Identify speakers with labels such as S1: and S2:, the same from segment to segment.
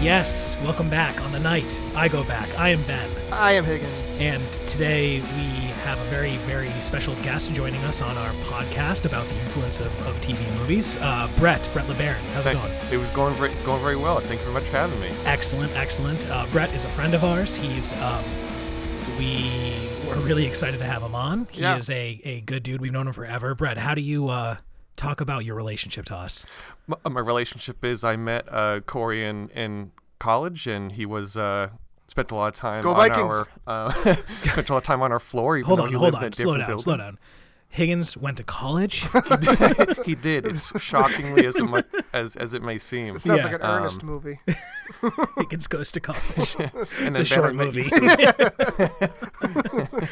S1: Yes, welcome back on the night. I go back. I am Ben.
S2: I am Higgins.
S1: And today we have a very, very special guest joining us on our podcast about the influence of, of TV movies. Uh, Brett, Brett LeBaron. How's it
S3: Thank-
S1: going?
S3: It was going very, it's going very well. Thank you very much for having me.
S1: Excellent, excellent. Uh, Brett is a friend of ours. He's um, we were really excited to have him on. He
S2: Yeah.
S1: is a, a good dude. We've known him forever. Brett, how do you uh, talk about your relationship to us?
S3: My, uh, my relationship is I met uh, Corey in, in college, and he was uh, spent a lot of time
S2: Go
S3: on
S2: Vikings!
S3: our uh, spent a lot of time on our floor. Even
S1: Hold
S3: though
S1: on,
S3: he
S1: hold
S3: lived In a
S1: on. Slow down,
S3: different
S1: slow
S3: building.
S1: down. Higgins went to college.
S3: he did. It's shockingly as it mu- as as it may seem.
S2: It sounds
S1: Yeah.
S2: like an
S3: Um,
S2: earnest movie.
S1: Higgins goes to college.
S3: And
S1: it's
S3: then
S1: a short
S3: Ben, I met you-
S1: movie.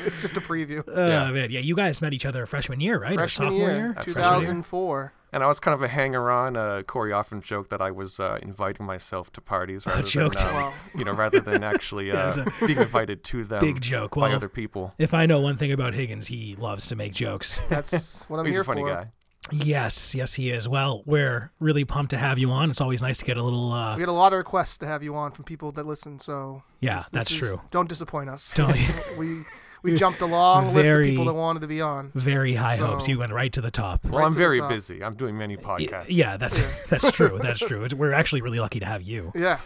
S2: It's just a preview.
S1: Oh
S3: Yeah.
S1: man, yeah, you guys met each other freshman year, right? or
S2: Freshman
S1: sophomore year?
S2: year,
S3: Freshman year.
S2: 2004.
S3: And I was kind of a hanger on. Uh, Corey often joked that I was uh, inviting myself to parties rather
S1: joked.
S3: than um,
S2: Wow.
S3: you know rather than actually
S1: Yeah,
S3: uh,
S1: it's
S3: being invited to them
S1: Big joke.
S3: by
S1: Well,
S3: other people.
S1: if I know one thing about Higgins, he loves to make jokes.
S2: That's what I'm
S3: He's
S2: here
S3: a funny
S2: for.
S3: guy.
S1: yes, yes, he is. Well, we're really pumped to have you on. It's always nice to get a little. Uh,
S2: We get a lot of requests to have you on from people that listen, so
S1: yeah,
S2: this
S1: Ah, that's
S2: is-
S1: true.
S2: Don't disappoint us.
S1: Don't-
S2: we we jumped a long list of
S1: Very-
S2: people that wanted to be on.
S1: Very high hopes.
S2: So-
S1: You went right to the top.
S3: Well,
S2: Right
S3: I'm
S2: to the
S3: very
S2: top.
S3: busy. I'm doing many
S1: Y-
S3: podcasts.
S1: Yeah, that's that's true. That's true. It's- We're actually really lucky to have you.
S2: Yeah.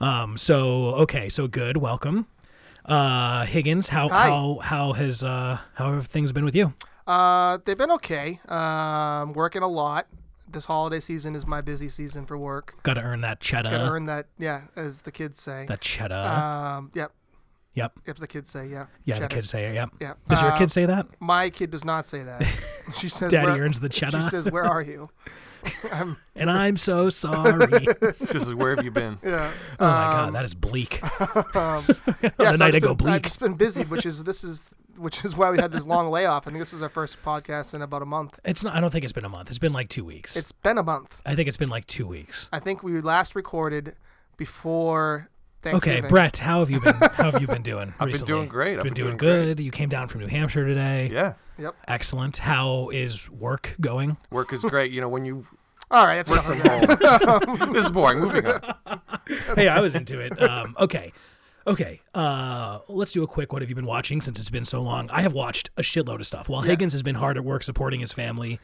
S1: Um. So okay. So good. Welcome, uh, Higgins. How
S2: Hi.
S1: how how has uh how have things been with you?
S2: Uh, they've been okay. Um, working a lot. This holiday season is my busy season for work.
S1: Got to earn that cheddar.
S2: Gotta earn that, yeah, as the kids say.
S1: Uh-huh. that cheddar.
S2: Um, yep,
S1: yep.
S2: yep, the kids say, yeah.
S1: Yeah. The
S2: cheddar.
S1: kids say. it, Yep.
S2: Yeah.
S1: Does your
S2: Uh,
S3: Um,
S1: kid say that?
S2: My kid does not say that. She says,
S1: Daddy
S2: where,
S1: earns the cheddar.
S2: She says, "Where are you?" I'm,
S1: and I'm so sorry.
S3: This is where have you been?
S2: yeah.
S1: Oh my god, that is bleak.
S2: Um,
S1: the night
S2: I've
S1: I go
S2: been- I've
S1: bleak.
S2: just been busy, which is this is which is why we had this long layoff. I think this is our first podcast in about a month.
S1: It's not. I don't think it's been a month. It's been like two weeks.
S2: It's been a month.
S1: I think it's been like two weeks.
S2: I think we last recorded before
S1: Okay,
S2: Thanksgiving.
S1: Brett, how have you been? How have you been doing?
S3: I've been
S1: recently?
S3: doing great.
S1: You've
S3: I've
S1: been,
S3: been
S1: doing,
S3: doing great.
S1: good. You came down from New Hampshire today.
S3: Yeah,
S2: Yep.
S1: Excellent. How is work going?
S3: work is great. You know, when you
S2: All right. That's
S3: work
S2: enough
S3: from
S2: of that.
S3: home, this is boring. Moving on.
S1: hey, I was into it. Um, okay. Okay, uh, let's do a quick what have you been watching since it's been so long. I have watched a shitload of stuff. While Higgins has been hard at work supporting his family,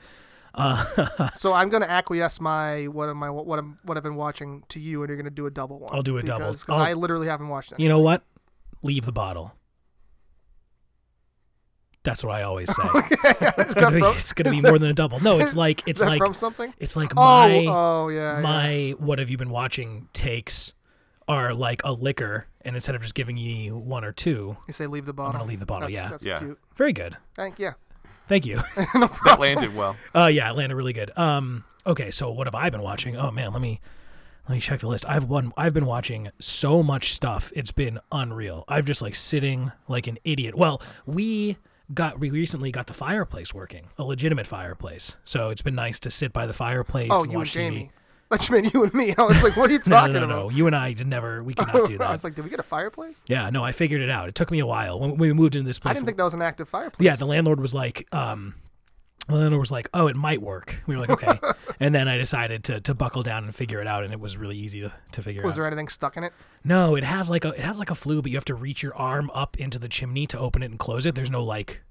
S2: So I'm going to acquiesce my what am I what I'm what I've been watching to you, and you're going to do a double one.
S1: I'll do a
S2: because,
S1: double.
S2: because
S1: I'll-
S2: I literally haven't watched it.
S1: you know what? Leave the bottle. That's what I always say.
S2: is
S1: it's gonna,
S2: that
S1: be,
S2: from,
S1: it's gonna be more than a double. No, it's like
S2: is
S1: it's
S2: that
S1: like
S2: from something?
S1: it's like
S2: oh,
S1: my
S2: oh yeah. yeah.
S1: my what have you been watching takes are like a liquor, and instead of just giving you one or two,
S2: You say leave the bottle.
S1: leave the bottle,
S2: That's,
S1: yeah.
S2: That's
S3: Yeah.
S2: cute.
S1: very good.
S2: Thank yeah.
S1: Thank you.
S3: That landed well.
S1: Uh, yeah, Atlanta, really good. Um, okay, so what have I been watching? Oh man, let me let me check the list. I've one. I've been watching so much stuff. It's been unreal. I've just like sitting like an idiot. Well, we got we recently got the fireplace working, a legitimate fireplace. So it's been nice to sit by the fireplace.
S2: Oh,
S1: and
S2: you and
S1: watch TV.
S2: Jamie. What you mean you and me? I was like, what are you
S1: No,
S2: talking
S1: no, no, no. You and I did never. We cannot
S2: about?
S1: do
S2: I
S1: that.
S2: was like, did we get a fireplace?
S1: yeah, no. I figured it out. It took me a while when we moved into this place.
S2: I didn't think that was an active fireplace.
S1: Yeah, the landlord was like, um, the landlord was like, oh, it might work. We were like, okay. and then I decided to, to buckle down and figure it out, and it was really easy to, to figure
S2: was
S1: out.
S2: there anything stuck in it?
S1: no, it has like a it has like a flue, but you have to reach your arm up into the chimney to open it and close it. There's no like.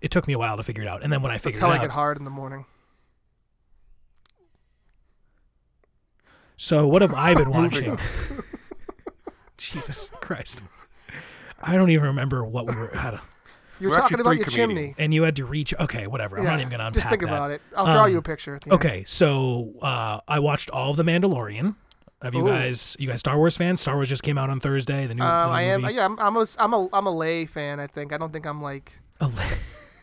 S1: It took me a while to figure it out, and then when I
S2: That's
S1: figured
S2: how I
S1: it
S2: get
S1: out,
S2: hard in the morning.
S1: so what have I been
S3: Moving
S1: watching? Jesus Christ, I don't even remember what we were. How to,
S2: You're
S3: We're
S2: talking
S3: actually
S2: about
S3: three
S2: your
S3: comedians.
S2: chimneys.
S1: and you had to reach. Okay, whatever. I'm
S2: yeah.
S1: not even gonna unpack
S2: Just think
S1: that.
S2: about it. I'll draw
S1: Um,
S2: you a picture at the end.
S1: Okay, so uh, I watched all of the Mandalorian. Have you
S2: Ooh.
S1: guys? You guys Star Wars fans? Star Wars just came out on Thursday. The new,
S2: Um,
S1: the new
S2: I am.
S1: movie.
S2: Yeah, I'm. I'm a, I'm a. I'm a lay fan. I think. I don't think I'm like.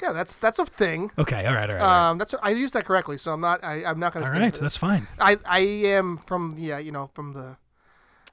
S2: Yeah, that's that's a thing.
S1: okay, all right, all right, all right.
S2: Um, that's. I used that correctly, so I'm not. I, I'm not going to.
S1: all
S2: stand
S1: right.
S2: for
S1: So that's fine.
S2: this. I. I am from. Yeah, you know, from the.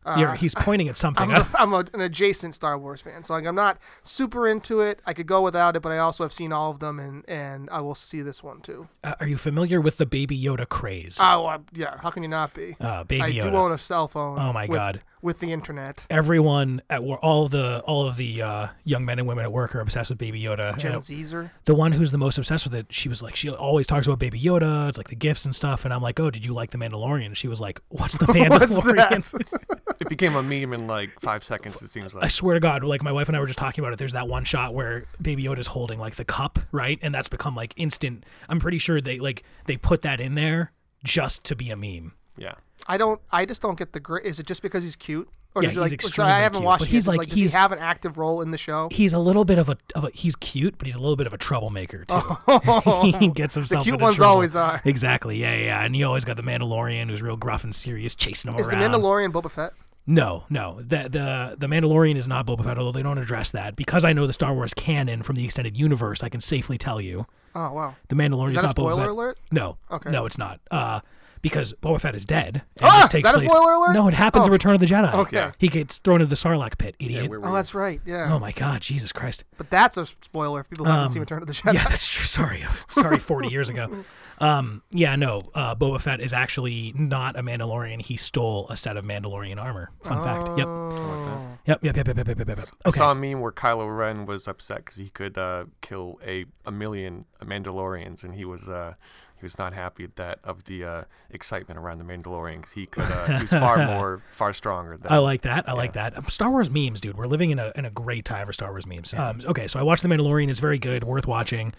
S2: Uh,
S1: You're, he's pointing at something.
S2: I'm, a, I'm a, an adjacent Star Wars fan, so like I'm not super into it. I could go without it, but I also have seen all of them, and and I will see this one too.
S1: Uh, are you familiar with the Baby Yoda craze?
S2: Oh, I, yeah. How can you not be?
S1: Uh,
S2: I
S1: Baby
S2: do
S1: Yoda.
S2: own a cell phone.
S1: Oh my
S2: with-
S1: God.
S2: With the internet,
S1: Everyone at work, all the all of the uh, young men and women at work are obsessed with Baby Yoda.
S2: Gen
S1: And
S2: Zer.
S1: the one who's the most obsessed with it, she was like, she always talks about Baby Yoda. It's like the gifts and stuff. And I'm like, oh, did you like the Mandalorian? And she was like, what's the Mandalorian?
S2: What's that?
S3: it became a meme in like five seconds. It seems
S1: I
S3: like
S1: swear to God, like my wife and I were just talking about it. There's that one shot where Baby Yoda's holding like the cup, right? And that's become like instant. I'm pretty sure they like they put that in there just to be a meme.
S3: yeah.
S2: I don't. I just don't get the. Gr- is it just because he's cute, or
S1: Yeah,
S2: does
S1: he's
S2: he like? so
S1: extremely
S2: I haven't
S1: cute,
S2: watched.
S1: but
S2: it.
S1: he's
S2: It's
S1: like-
S2: does
S1: he's-
S2: he have an active role in the show?
S1: He's a little bit of a, of a he's cute, but he's a little bit of a troublemaker too. he gets himself
S2: Oh. cute
S1: into
S2: ones
S1: trouble.
S2: always are.
S1: Exactly, yeah, yeah, yeah. And you always got the Mandalorian who's real gruff and serious, chasing him
S2: Is the
S1: around.
S2: Mandalorian Boba Fett?
S1: No, no. The the the Mandalorian is not Boba Fett, although they don't address that. Because I know the Star Wars canon from the extended universe, I can safely tell you
S2: Oh wow.
S1: the Mandalorian is,
S2: Is that a
S1: not Boba
S2: spoiler
S1: Fett.
S2: alert?
S1: No.
S2: Okay.
S1: No, it's not. Uh, because Boba Fett is dead. And
S2: Ah,
S1: this
S2: is
S1: takes
S2: that a
S1: place-
S2: spoiler alert?
S1: No, it happens in
S2: Oh.
S1: Return of the Jedi.
S2: Okay. Yeah.
S1: He gets thrown into the Sarlacc pit, idiot.
S3: where were
S2: Oh,
S3: you?
S2: that's right. Yeah.
S1: oh my God, Jesus Christ.
S2: But that's a spoiler if people haven't seen Return of the Jedi.
S1: Yeah, that's true. Sorry, sorry. Forty years ago. Um, yeah, no. Uh, Boba Fett is actually not a Mandalorian. He stole a set of Mandalorian armor. Fun fact. Yep.
S2: Oh.
S1: Yep. Yep. Yep. Yep. Yep. Yep. Yep. yep.
S3: I
S1: Okay.
S3: saw a meme where Kylo Ren was upset because he could uh, kill a, a million uh, Mandalorians, and he was uh, he was not happy that of the uh, excitement around the Mandalorian 'cause he could uh, he was far more far stronger than
S1: I like that. I like that. Um, Star Wars memes, dude. We're living in a in a great time for Star Wars memes. Um, okay, so I watched The Mandalorian. It's very good, worth watching.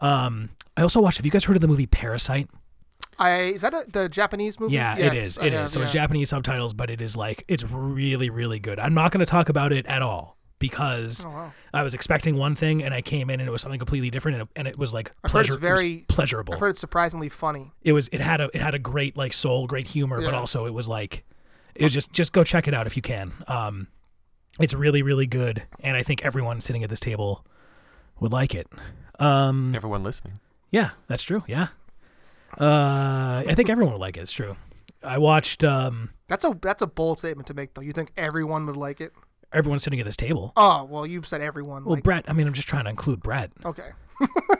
S1: Um, I also watched. Have you guys heard of the movie Parasite?
S2: I is that a, the Japanese movie?
S1: Yeah,
S2: Yes,
S1: it is.
S2: I
S1: It is.
S2: have,
S1: So it's
S2: yeah.
S1: Japanese subtitles, but it is like it's really, really good. I'm not going to talk about it at all because
S2: Oh, wow.
S1: I was expecting one thing and I came in and it was something completely different and it, and it was like
S2: I've heard it's
S1: pleasure, it was
S2: very-
S1: pleasurable.
S2: I've heard it's surprisingly funny.
S1: it was it had a it had a great like soul, great humor, but
S2: Yeah.
S1: also it was like it was just just go check it out if you can. Um, it's really really good, and I think everyone sitting at this table would like it. Um,
S3: everyone listening.
S1: yeah, that's true. Yeah, uh, I think everyone would like it. It's true. I watched um,
S2: That's a that's a bold statement to make though. You think everyone would like it?
S1: everyone sitting at this table.
S2: Oh well, you said everyone.
S1: Well,
S2: like,
S1: Brett. I mean, I'm just trying to include Brett.
S2: okay.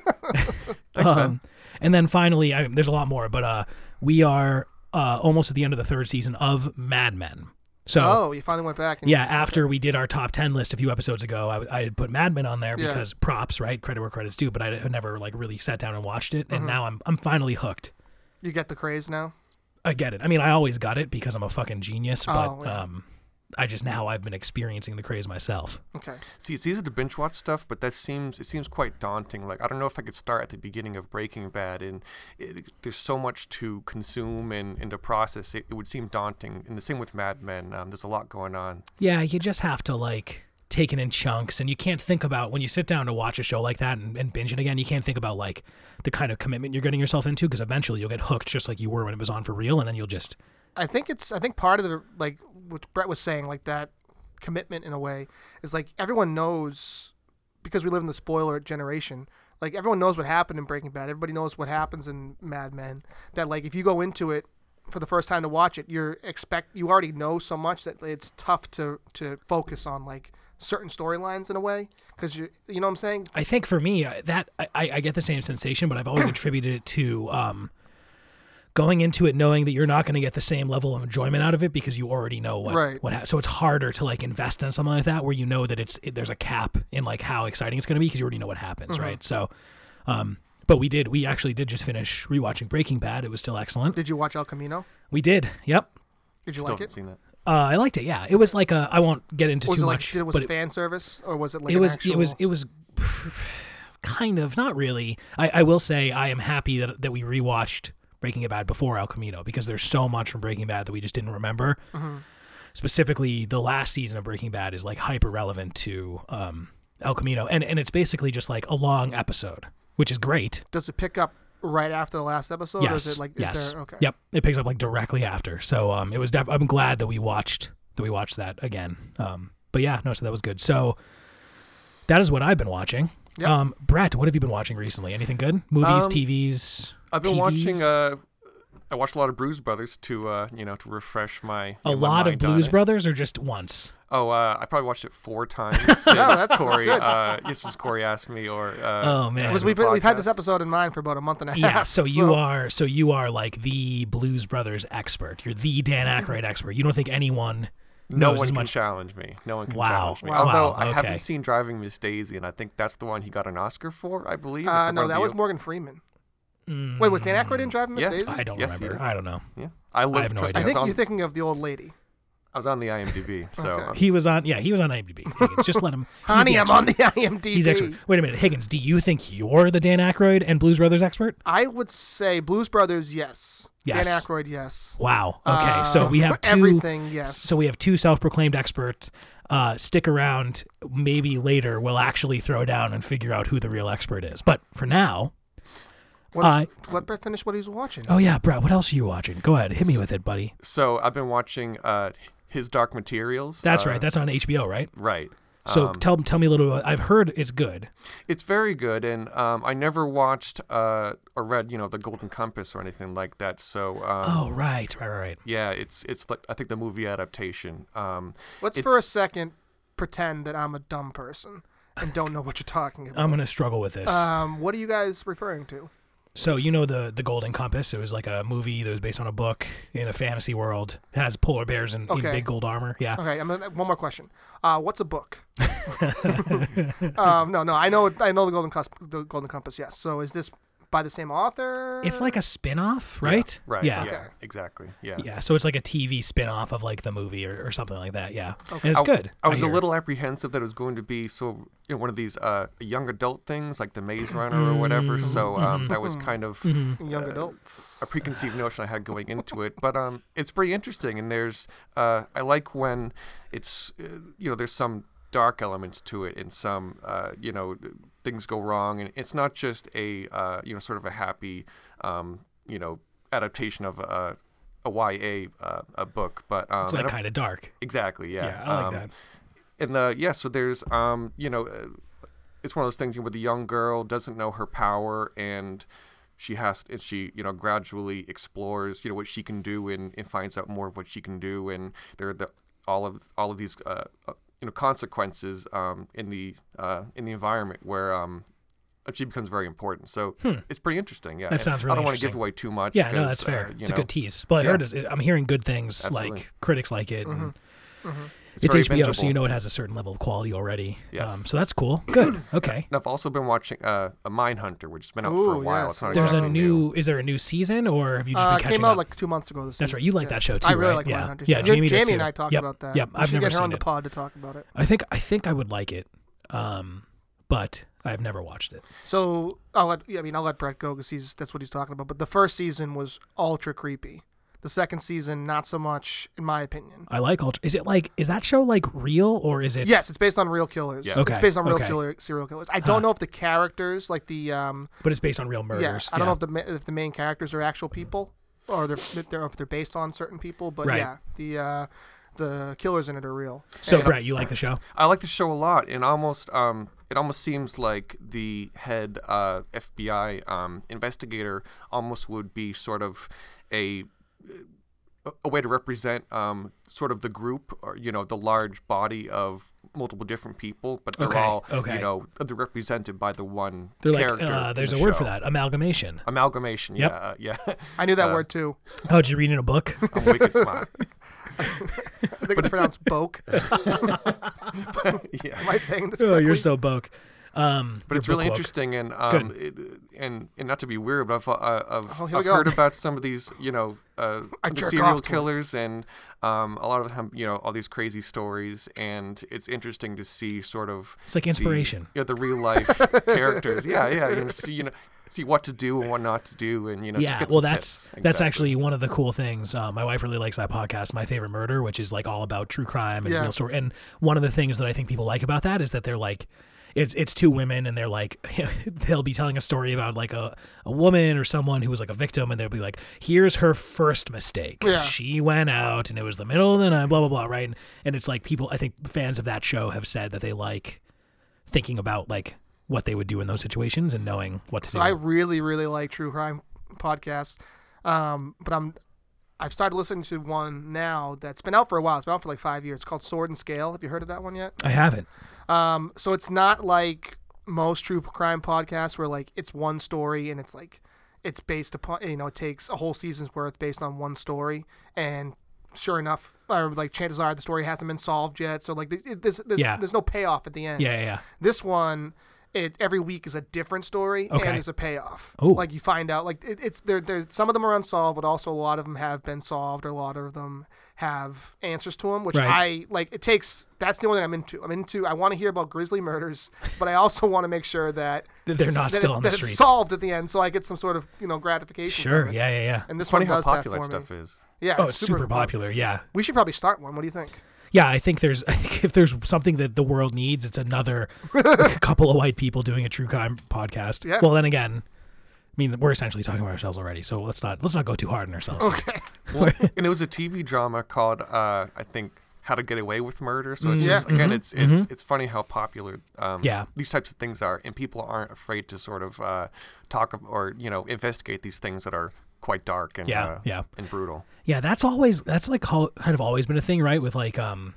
S3: Thanks, man.
S1: Um, and then finally, I, there's a lot more, but uh, we are uh, almost at the end of the third season of Mad Men. So
S2: Oh, you finally went back. And
S1: Yeah, after we did our top 10 list a few episodes ago, I, I had put Mad Men on there
S2: Yeah.
S1: because props, right? Credit where credit's due, but I had never like really sat down and watched it. And
S2: Mm-hmm.
S1: now I'm, I'm finally hooked.
S2: you get the craze now.
S1: I get it. I mean, I always got it because I'm a fucking genius, but
S2: Oh, yeah.
S1: um, I just now I've been experiencing the craze myself.
S2: Okay.
S3: See, it's easy to binge watch stuff, but that seems it seems quite daunting. Like I don't know if I could start at the beginning of Breaking Bad, and it, there's so much to consume and, and to process. It, it would seem daunting. And the same with Mad Men. Um, there's a lot going on.
S1: Yeah, you just have to like take it in chunks and you can't think about when you sit down to watch a show like that and, and binge it again, you can't think about like the kind of commitment you're getting yourself into because eventually you'll get hooked just like you were when it was on for real and then you'll just
S2: I think it's I think part of the like what Brett was saying like that commitment in a way is like everyone knows because we live in the spoiler generation. Like everyone knows what happened in Breaking Bad. Everybody knows what happens in Mad Men. That like if you go into it for the first time to watch it, you're expect you already know so much that it's tough to to focus on like certain storylines in a way because you you know what I'm saying.
S1: I think for me I- that I, I I get the same sensation, but I've always attributed it to um, going into it knowing that you're not going to get the same level of enjoyment out of it because you already know what
S2: Right.
S1: what. Ha- so it's harder to like invest in something like that where you know that it's it, there's a cap in like how exciting it's going to be because you already know what happens,
S2: Mm-hmm.
S1: right? So, um, but we did we actually did just finish rewatching Breaking Bad. It was still excellent.
S2: Did you watch El Camino?
S1: We did. Yep.
S2: Did you
S3: Still
S2: like
S3: haven't
S2: it?
S3: seen that.
S1: Uh, I liked it. Yeah, it was like a. I won't get into
S2: Was
S1: too
S2: it like
S1: much.
S2: did, was
S1: but
S2: it fan service or was it like
S1: it
S2: an
S1: was
S2: actual...
S1: it was it was kind of not really I, I will say i am happy that, that we rewatched breaking bad before el camino because there's so much from breaking bad that we just didn't remember
S2: Mm-hmm.
S1: specifically the last season of breaking bad is like hyper relevant to um, el camino and, and it's basically just like a long episode which is great
S2: Does it pick up right after the last episode? Or
S1: yes
S2: is it like is
S1: yes
S2: there okay.
S1: yep it picks up like directly after so um, it was def- i'm glad that we watched that we watched that again um, but yeah no so that was good so that is what i've been watching
S2: Yep.
S1: um, brett what have you been watching recently anything good movies
S3: Um,
S1: tvs
S3: I've been
S1: TVs?
S3: watching. Uh, I watched a lot of Blues Brothers to uh, you know to refresh my
S1: a
S3: you know, my
S1: lot of
S3: mind on
S1: blues
S3: it.
S1: brothers or just once
S3: Oh, uh, I probably watched it four times since
S2: Oh, that's
S3: Corey.
S2: good.
S3: Uh, yes, since Corey asked me or. Uh,
S1: oh man
S2: Because
S3: Because
S2: we've, been- we've had this
S3: podcast.
S2: episode in mind for about a month and a half.
S1: yeah so you are so you are like the blues brothers expert you're the dan Aykroyd expert you don't think anyone
S3: No
S1: knows
S3: one
S1: as
S3: can
S1: much
S3: challenge me. No one can
S1: Wow.
S3: challenge me.
S1: Wow.
S3: Although
S1: Wow,
S3: I
S1: okay.
S3: haven't seen Driving Miss Daisy, and I think that's the one he got an Oscar for. I believe. It's
S2: Uh,
S3: a
S2: no, that was
S3: review.
S2: Morgan Freeman. Wait, was Dan Aykroyd in Driving Miss
S3: Yes.
S2: Daisy?
S1: Mm, i don't
S3: Yes,
S1: remember
S3: yes.
S1: i don't know
S3: Yeah, I, looked,
S1: have no
S3: trust
S1: idea.
S2: I
S3: me,
S2: think
S3: was
S2: you're
S3: on-
S2: thinking of the old lady.
S3: I was on the IMDb, so um,
S2: Okay.
S3: I'm-
S1: He was on, yeah, he was on IMDb. Higgins, just let him. he's the
S2: Honey, I'm
S1: expert.
S2: on the IMDb.
S1: He's expert. Wait a minute, Higgins. Do you think you're the Dan Aykroyd and Blues Brothers expert?
S2: I would say Blues Brothers, yes.
S1: Yes.
S2: Dan Aykroyd, yes.
S1: Wow. Okay, so
S2: Uh,
S1: we have two,
S2: everything, yes.
S1: So we have two self-proclaimed experts. Uh, stick around. Maybe later we'll actually throw down and figure out who the real expert is. But for now,
S2: What, is,
S1: I-
S2: let Brett finish what he's watching.
S1: uh, oh yeah, Brett, what else are you watching? Go ahead, hit me with it, buddy.
S3: so I've been watching uh, his Dark Materials.
S1: That's
S3: uh,
S1: right. That's on HBO, right?
S3: right. Um,
S1: So
S2: um,
S1: tell tell me a little. About, I've heard it's good.
S3: It's very good, and um, I never watched uh, or read, you know, the Golden Compass or anything like that. So um,
S1: Oh right, right, right, right.
S3: yeah, it's it's like I think the movie adaptation. Um,
S2: Let's
S3: it's-
S2: for a second pretend that I'm a dumb person and don't know what you're talking about.
S1: I'm gonna struggle with this.
S2: Um, what are you guys referring to?
S1: so you know the the Golden Compass. It was like a movie that was based on a book in a fantasy world. It has polar bears and in
S2: Okay. Uh,
S1: big gold armor. Yeah.
S2: Okay, I'm gonna, one more question. Uh, what's a book? um, no, no, I know, I know the Golden Cusp, the Golden Compass. Yes. So is this by the same author?
S1: It's like a spin-off, right?
S3: right.
S1: Yeah.
S3: Yeah.
S2: Okay.
S3: Exactly. Yeah.
S1: Yeah, so it's like a TV spin-off of like the movie or, or something like that. Yeah, and it's
S3: I-
S1: good.
S3: I was a
S1: hear.
S3: little apprehensive that it was going to be so you know, one of these uh, young adult things like the Maze Runner or whatever.
S1: Mm-hmm.
S3: So um, that was kind of
S2: young
S1: uh,
S2: adults.
S3: a preconceived notion I had going into it, but um, it's pretty interesting. And there's, uh, I like when it's, uh, you know, there's some dark elements to it, and some, uh, you know, things go wrong, and it's not just a, uh, you know, sort of a happy, um, you know, adaptation of a, a YA uh, a book, but um,
S1: It's like
S3: and a-
S1: kind of dark.
S3: exactly, yeah,
S1: Yeah, I like
S3: um,
S1: that.
S3: and the yeah so there's um you know uh, it's one of those things where the young girl doesn't know her power and she has and she you know gradually explores you know what she can do and, and finds out more of what she can do and there are the all of all of these uh, uh, you know consequences um in the uh in the environment where um she becomes very important so it's pretty interesting yeah
S1: Hmm. That
S3: And
S1: sounds
S3: i
S1: really
S3: don't want to give
S1: interesting.
S3: away too much
S1: Yeah, no,
S3: 'cause,
S1: that's
S3: uh,
S1: fair.
S3: you
S1: it's
S3: know,
S1: a good tease. Well, I
S3: yeah.
S1: heard it's, I'm hearing good things.
S3: Absolutely.
S1: Like critics like it. and
S3: it's,
S1: It's,
S3: very
S1: HBO, so you
S3: bingeable.
S1: know it has a certain level of quality already. Um,
S3: Yes.
S1: so that's cool. Good. Okay.
S3: and i've also been watching uh a mine hunter which has been out for a
S2: Ooh,
S3: while
S2: yes,
S3: it's not
S2: yes.
S1: There's a
S3: exactly
S1: new. Is there a new season, or have you just
S2: Uh,
S1: been catching
S2: came out
S1: up?
S2: like two months ago. This
S1: That's
S2: season.
S1: right. You like
S2: Yeah.
S1: that show too,
S2: I really
S1: right?
S2: like
S1: Yeah.
S2: Mindhunter.
S1: Yeah,
S2: You're-
S1: Jamie does
S2: and
S1: too.
S2: I talk
S1: Yep,
S2: about that.
S1: yep,
S2: We
S1: I've
S2: should
S1: never
S2: get her on
S1: seen
S2: the
S1: it.
S2: pod to talk about it.
S1: I think I think I would like it, um, but I've never watched it.
S2: So I'll let yeah, I mean I'll let Brett go because he's that's what he's talking about. But the first season was ultra creepy. The second season, not so much, in my opinion.
S1: I like Ultra. Is it like is that show like real or is it?
S2: Yes, it's based on real killers.
S3: Yeah.
S1: Okay,
S2: It's based on real
S1: okay.
S2: serial serial killers. I don't know if the characters, like the um,
S1: But it's based on real
S2: yeah,
S1: murders.
S2: I don't know if the ma- if the main characters are actual people or they're, if they're if they're based on certain people. But
S1: Right.
S2: yeah, the uh, the killers in it are real.
S1: So Brett, you like the show?
S3: I like the show a lot, and almost um, it almost seems like the head uh, FBI um, investigator almost would be sort of a a way to represent um, sort of the group or you know the large body of multiple different people, but they're
S1: Okay,
S3: all
S1: okay.
S3: you know they're represented by by the one
S1: They're like,
S3: character.
S1: uh,
S3: in
S1: there's
S3: the
S1: a word
S3: show.
S1: for that amalgamation.
S3: Amalgamation,
S1: Yep.
S3: yeah, uh, yeah.
S2: I knew that word too.
S1: Oh, did you read in a book?
S3: I'm wicked smart.
S2: I think it's pronounced "boke." Am
S3: yeah.
S2: I saying this?
S1: oh,
S2: correctly?
S1: you're so boke. Um,
S3: but
S1: you're
S3: it's really
S1: book woke.
S3: interesting and um, it, and and not to be weird, but I've uh, I've,
S2: Oh, here we
S3: I've
S2: go.
S3: heard about some of these you know uh,
S2: I
S3: the
S2: jerk
S3: serial
S2: off to it.
S3: killers and um, a lot of them you know all these crazy stories and it's interesting to see sort of
S1: It's like inspiration.
S3: the, you know, the real life characters yeah yeah you know, see you know see what to do and what not to do and you know just
S1: yeah,
S3: get some
S1: well, that's
S3: tips.
S1: that's
S3: Exactly.
S1: actually one of the cool things. Uh, my wife really likes that podcast, My Favorite Murder, which is like all about true crime and
S2: Yeah.
S1: real story. And one of the things that I think people like about that is that they're like, it's it's two women and they're like, they'll be telling a story about like a, a woman or someone who was like a victim, and they'll be like, here's her first mistake.
S2: Yeah.
S1: She went out and it was the middle of the night, blah blah blah, right? And, and it's like people, I think fans of that show have said that they like thinking about like what they would do in those situations and knowing what to
S2: So
S1: do.
S2: I really, really like true crime podcasts. Um, but I'm I've started listening to one now that's been out for a while. It's been out for like five years. It's called Sword and Scale. Have you heard of that one yet?
S1: I haven't.
S2: Um, so it's not like most true crime podcasts where like it's one story and it's like it's based upon you know it takes a whole season's worth based on one story and sure enough or like chances are the story hasn't been solved yet so like th- it- there's there's,
S1: Yeah.
S2: there's no payoff at the end
S1: Yeah, yeah, yeah.
S2: this one it every week is a different story
S1: Okay.
S2: and is a payoff.
S1: Ooh.
S2: Like you find out, like it, it's there. There, some of them are unsolved, but also a lot of them have been solved, or a lot of them have answers to them. Which
S1: Right.
S2: I like. It takes. That's the only thing I'm into. I'm into. I want to hear about grizzly murders, but I also want to make sure that
S1: That they're
S2: it's-
S1: not
S2: that
S1: still
S2: it-
S1: on the
S2: that it's
S1: street.
S2: solved at the end, so I get some sort of you know gratification.
S1: Sure.
S2: from it.
S1: Yeah. Yeah. Yeah.
S2: And this
S3: Funny
S2: one
S3: how
S2: does that
S3: popular
S2: for
S3: that
S2: me.
S3: stuff is.
S2: Yeah.
S1: Oh, it's super popular. Yeah.
S2: We should probably start one. What do you think?
S1: Yeah. I think there's. I think if there's something that the world needs, it's another couple of white people doing a true crime podcast.
S2: Yeah.
S1: Well, then again, I mean, we're essentially talking about ourselves already, so let's not let's not go too hard on ourselves.
S2: Okay.
S3: and it was a TV drama called, uh, I think, How to Get Away with Murder. So it's
S2: Yeah.
S3: just again, it's it's it's funny how popular um,
S1: Mm-hmm. Yeah.
S3: these types of things are, and people aren't afraid to sort of uh, talk ab- or you know investigate these things that are quite dark and
S1: Yeah,
S3: uh,
S1: yeah.
S3: and brutal.
S1: Yeah, that's always that's like ho- kind of always been a thing, right? With like um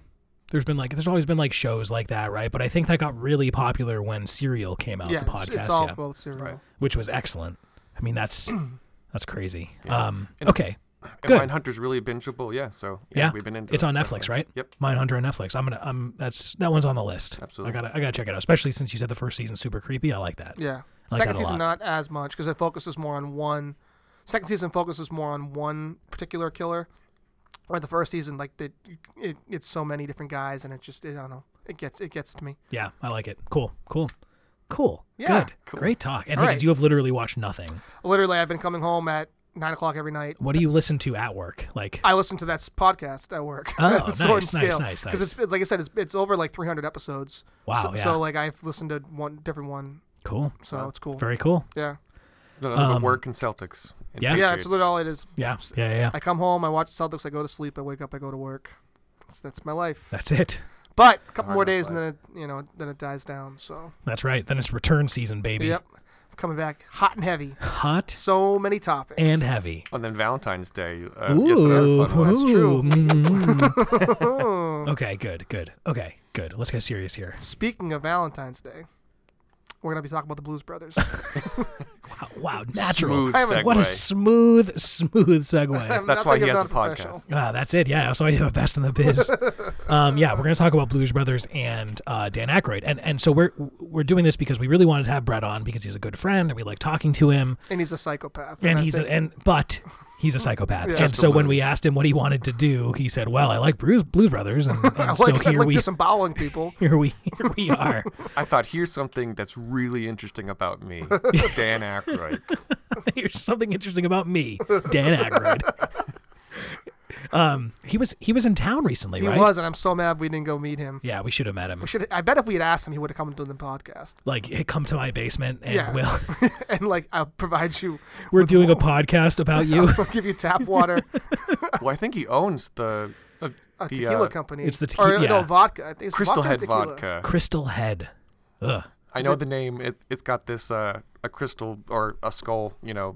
S1: there's been like there's always been like shows like that, right? But I think that got really popular when Serial came out, Oh, the
S2: Yeah. It's,
S1: podcast,
S2: it's all
S1: yeah,
S2: both serial.
S3: Right.
S1: which was excellent. I mean, that's that's crazy.
S3: Yeah.
S1: Um
S3: And-
S1: okay.
S3: And
S1: Good.
S3: Mindhunter's really bingeable, yeah. So
S1: Yeah.
S3: we've been into
S1: It's
S3: it,
S1: on Netflix,
S3: definitely.
S1: right?
S3: Yep.
S1: Mindhunter on Netflix. I'm going to I'm that's that one's on the list.
S3: Absolutely.
S1: I got to I got to check it out, especially since you said the first season's super creepy. I like that.
S2: Yeah.
S1: I like that
S2: second
S1: a
S2: season
S1: lot.
S2: not as much because it focuses more on one. Second season focuses more on one particular killer. Where the first season, like the, it, it's so many different guys, and it just I don't know. It gets it gets to me.
S1: Yeah, I like it. Cool. Cool. Cool.
S2: Yeah.
S1: Good. Great talk. And
S2: All
S1: because
S2: right.
S1: you have literally watched nothing.
S2: Literally, I've been coming home at nine o'clock every night.
S1: What do you listen to at work? Like
S2: I listen to that s- podcast at work.
S1: Oh,
S2: Sword
S1: nice,
S2: and
S1: nice,
S2: Scale.
S1: nice, nice.
S2: it's, it's like I said, it's, it's over like 300 episodes.
S1: Wow,
S2: So,
S1: yeah.
S2: so, like I've listened to one different one,
S1: cool.
S2: so it's cool.
S1: Very cool.
S2: yeah.
S3: No, no, but
S1: Um,
S3: work and Celtics. and
S1: yeah.
S2: Yeah,
S3: Patriots.
S2: that's literally all it is.
S1: Yeah, yeah, yeah. yeah.
S2: I come home, I watch Celtics, I go to sleep, I wake up, I go to work. That's, that's my life.
S1: That's it.
S2: But a couple
S3: hard
S2: more
S3: enough
S2: days, and then it, you know, then it dies down. So,
S1: That's right. Then it's return season, baby.
S2: yep, coming back hot and heavy.
S1: Hot
S2: So many topics.
S1: and heavy.
S3: And then Valentine's Day. Uh, yeah, it's
S1: Ooh,
S3: another fun one.
S2: That's
S1: ooh,
S2: true.
S1: mm. okay, good, good. Okay, good. Let's get serious here.
S2: speaking of Valentine's Day, we're gonna be talking about the Blues Brothers.
S1: Wow, wow natural.
S3: Smooth
S2: I haven't-
S3: segue.
S1: What a smooth, smooth segue.
S3: That's
S2: Nothing
S3: why he
S2: if
S3: has
S2: not
S3: a podcast.
S1: Ah, that's it. Yeah, so I did the best in the biz. um, yeah, we're gonna talk about Blues Brothers and uh, Dan Aykroyd, and and so we're we're doing this because we really wanted to have Brett on because he's a good friend and we like talking to him.
S2: And he's a psychopath.
S1: and
S2: I
S1: he's
S2: think-
S1: a, and but he's a psychopath. And
S3: Just a
S1: so when
S3: loon.
S1: we asked him what he wanted to do, he said, "Well, I like Blues Blues Brothers," and, and
S2: I
S1: so
S2: like, I
S1: here
S2: like
S1: we
S2: disemboweling people.
S1: here we here we are.
S3: I thought here's something that's really interesting about me, Dan Aykroyd.
S1: Here's something interesting about me, Dan Aykroyd. um, he was he was in town recently,
S2: He
S1: right?
S2: was, and I'm so mad we didn't go meet him.
S1: Yeah, we should have met him.
S2: We should. I bet if we had asked him, he would have come to the podcast.
S1: Like, hey, come to my basement, and
S2: Yeah.
S1: we'll
S2: and like, I'll provide you.
S1: we're doing a podcast about you.
S2: I'll give you tap water.
S3: Well, I think he owns the uh,
S2: A
S3: the,
S2: tequila
S3: uh,
S2: company.
S1: it's the
S2: Or,
S1: tequi-
S2: no,
S1: yeah.
S2: vodka. I think it's
S3: Crystal
S2: vodka or
S3: Head
S2: tequila.
S3: Vodka.
S1: Crystal Head. Ugh.
S3: I know the name. It, it's got this uh, a crystal or a skull, you know,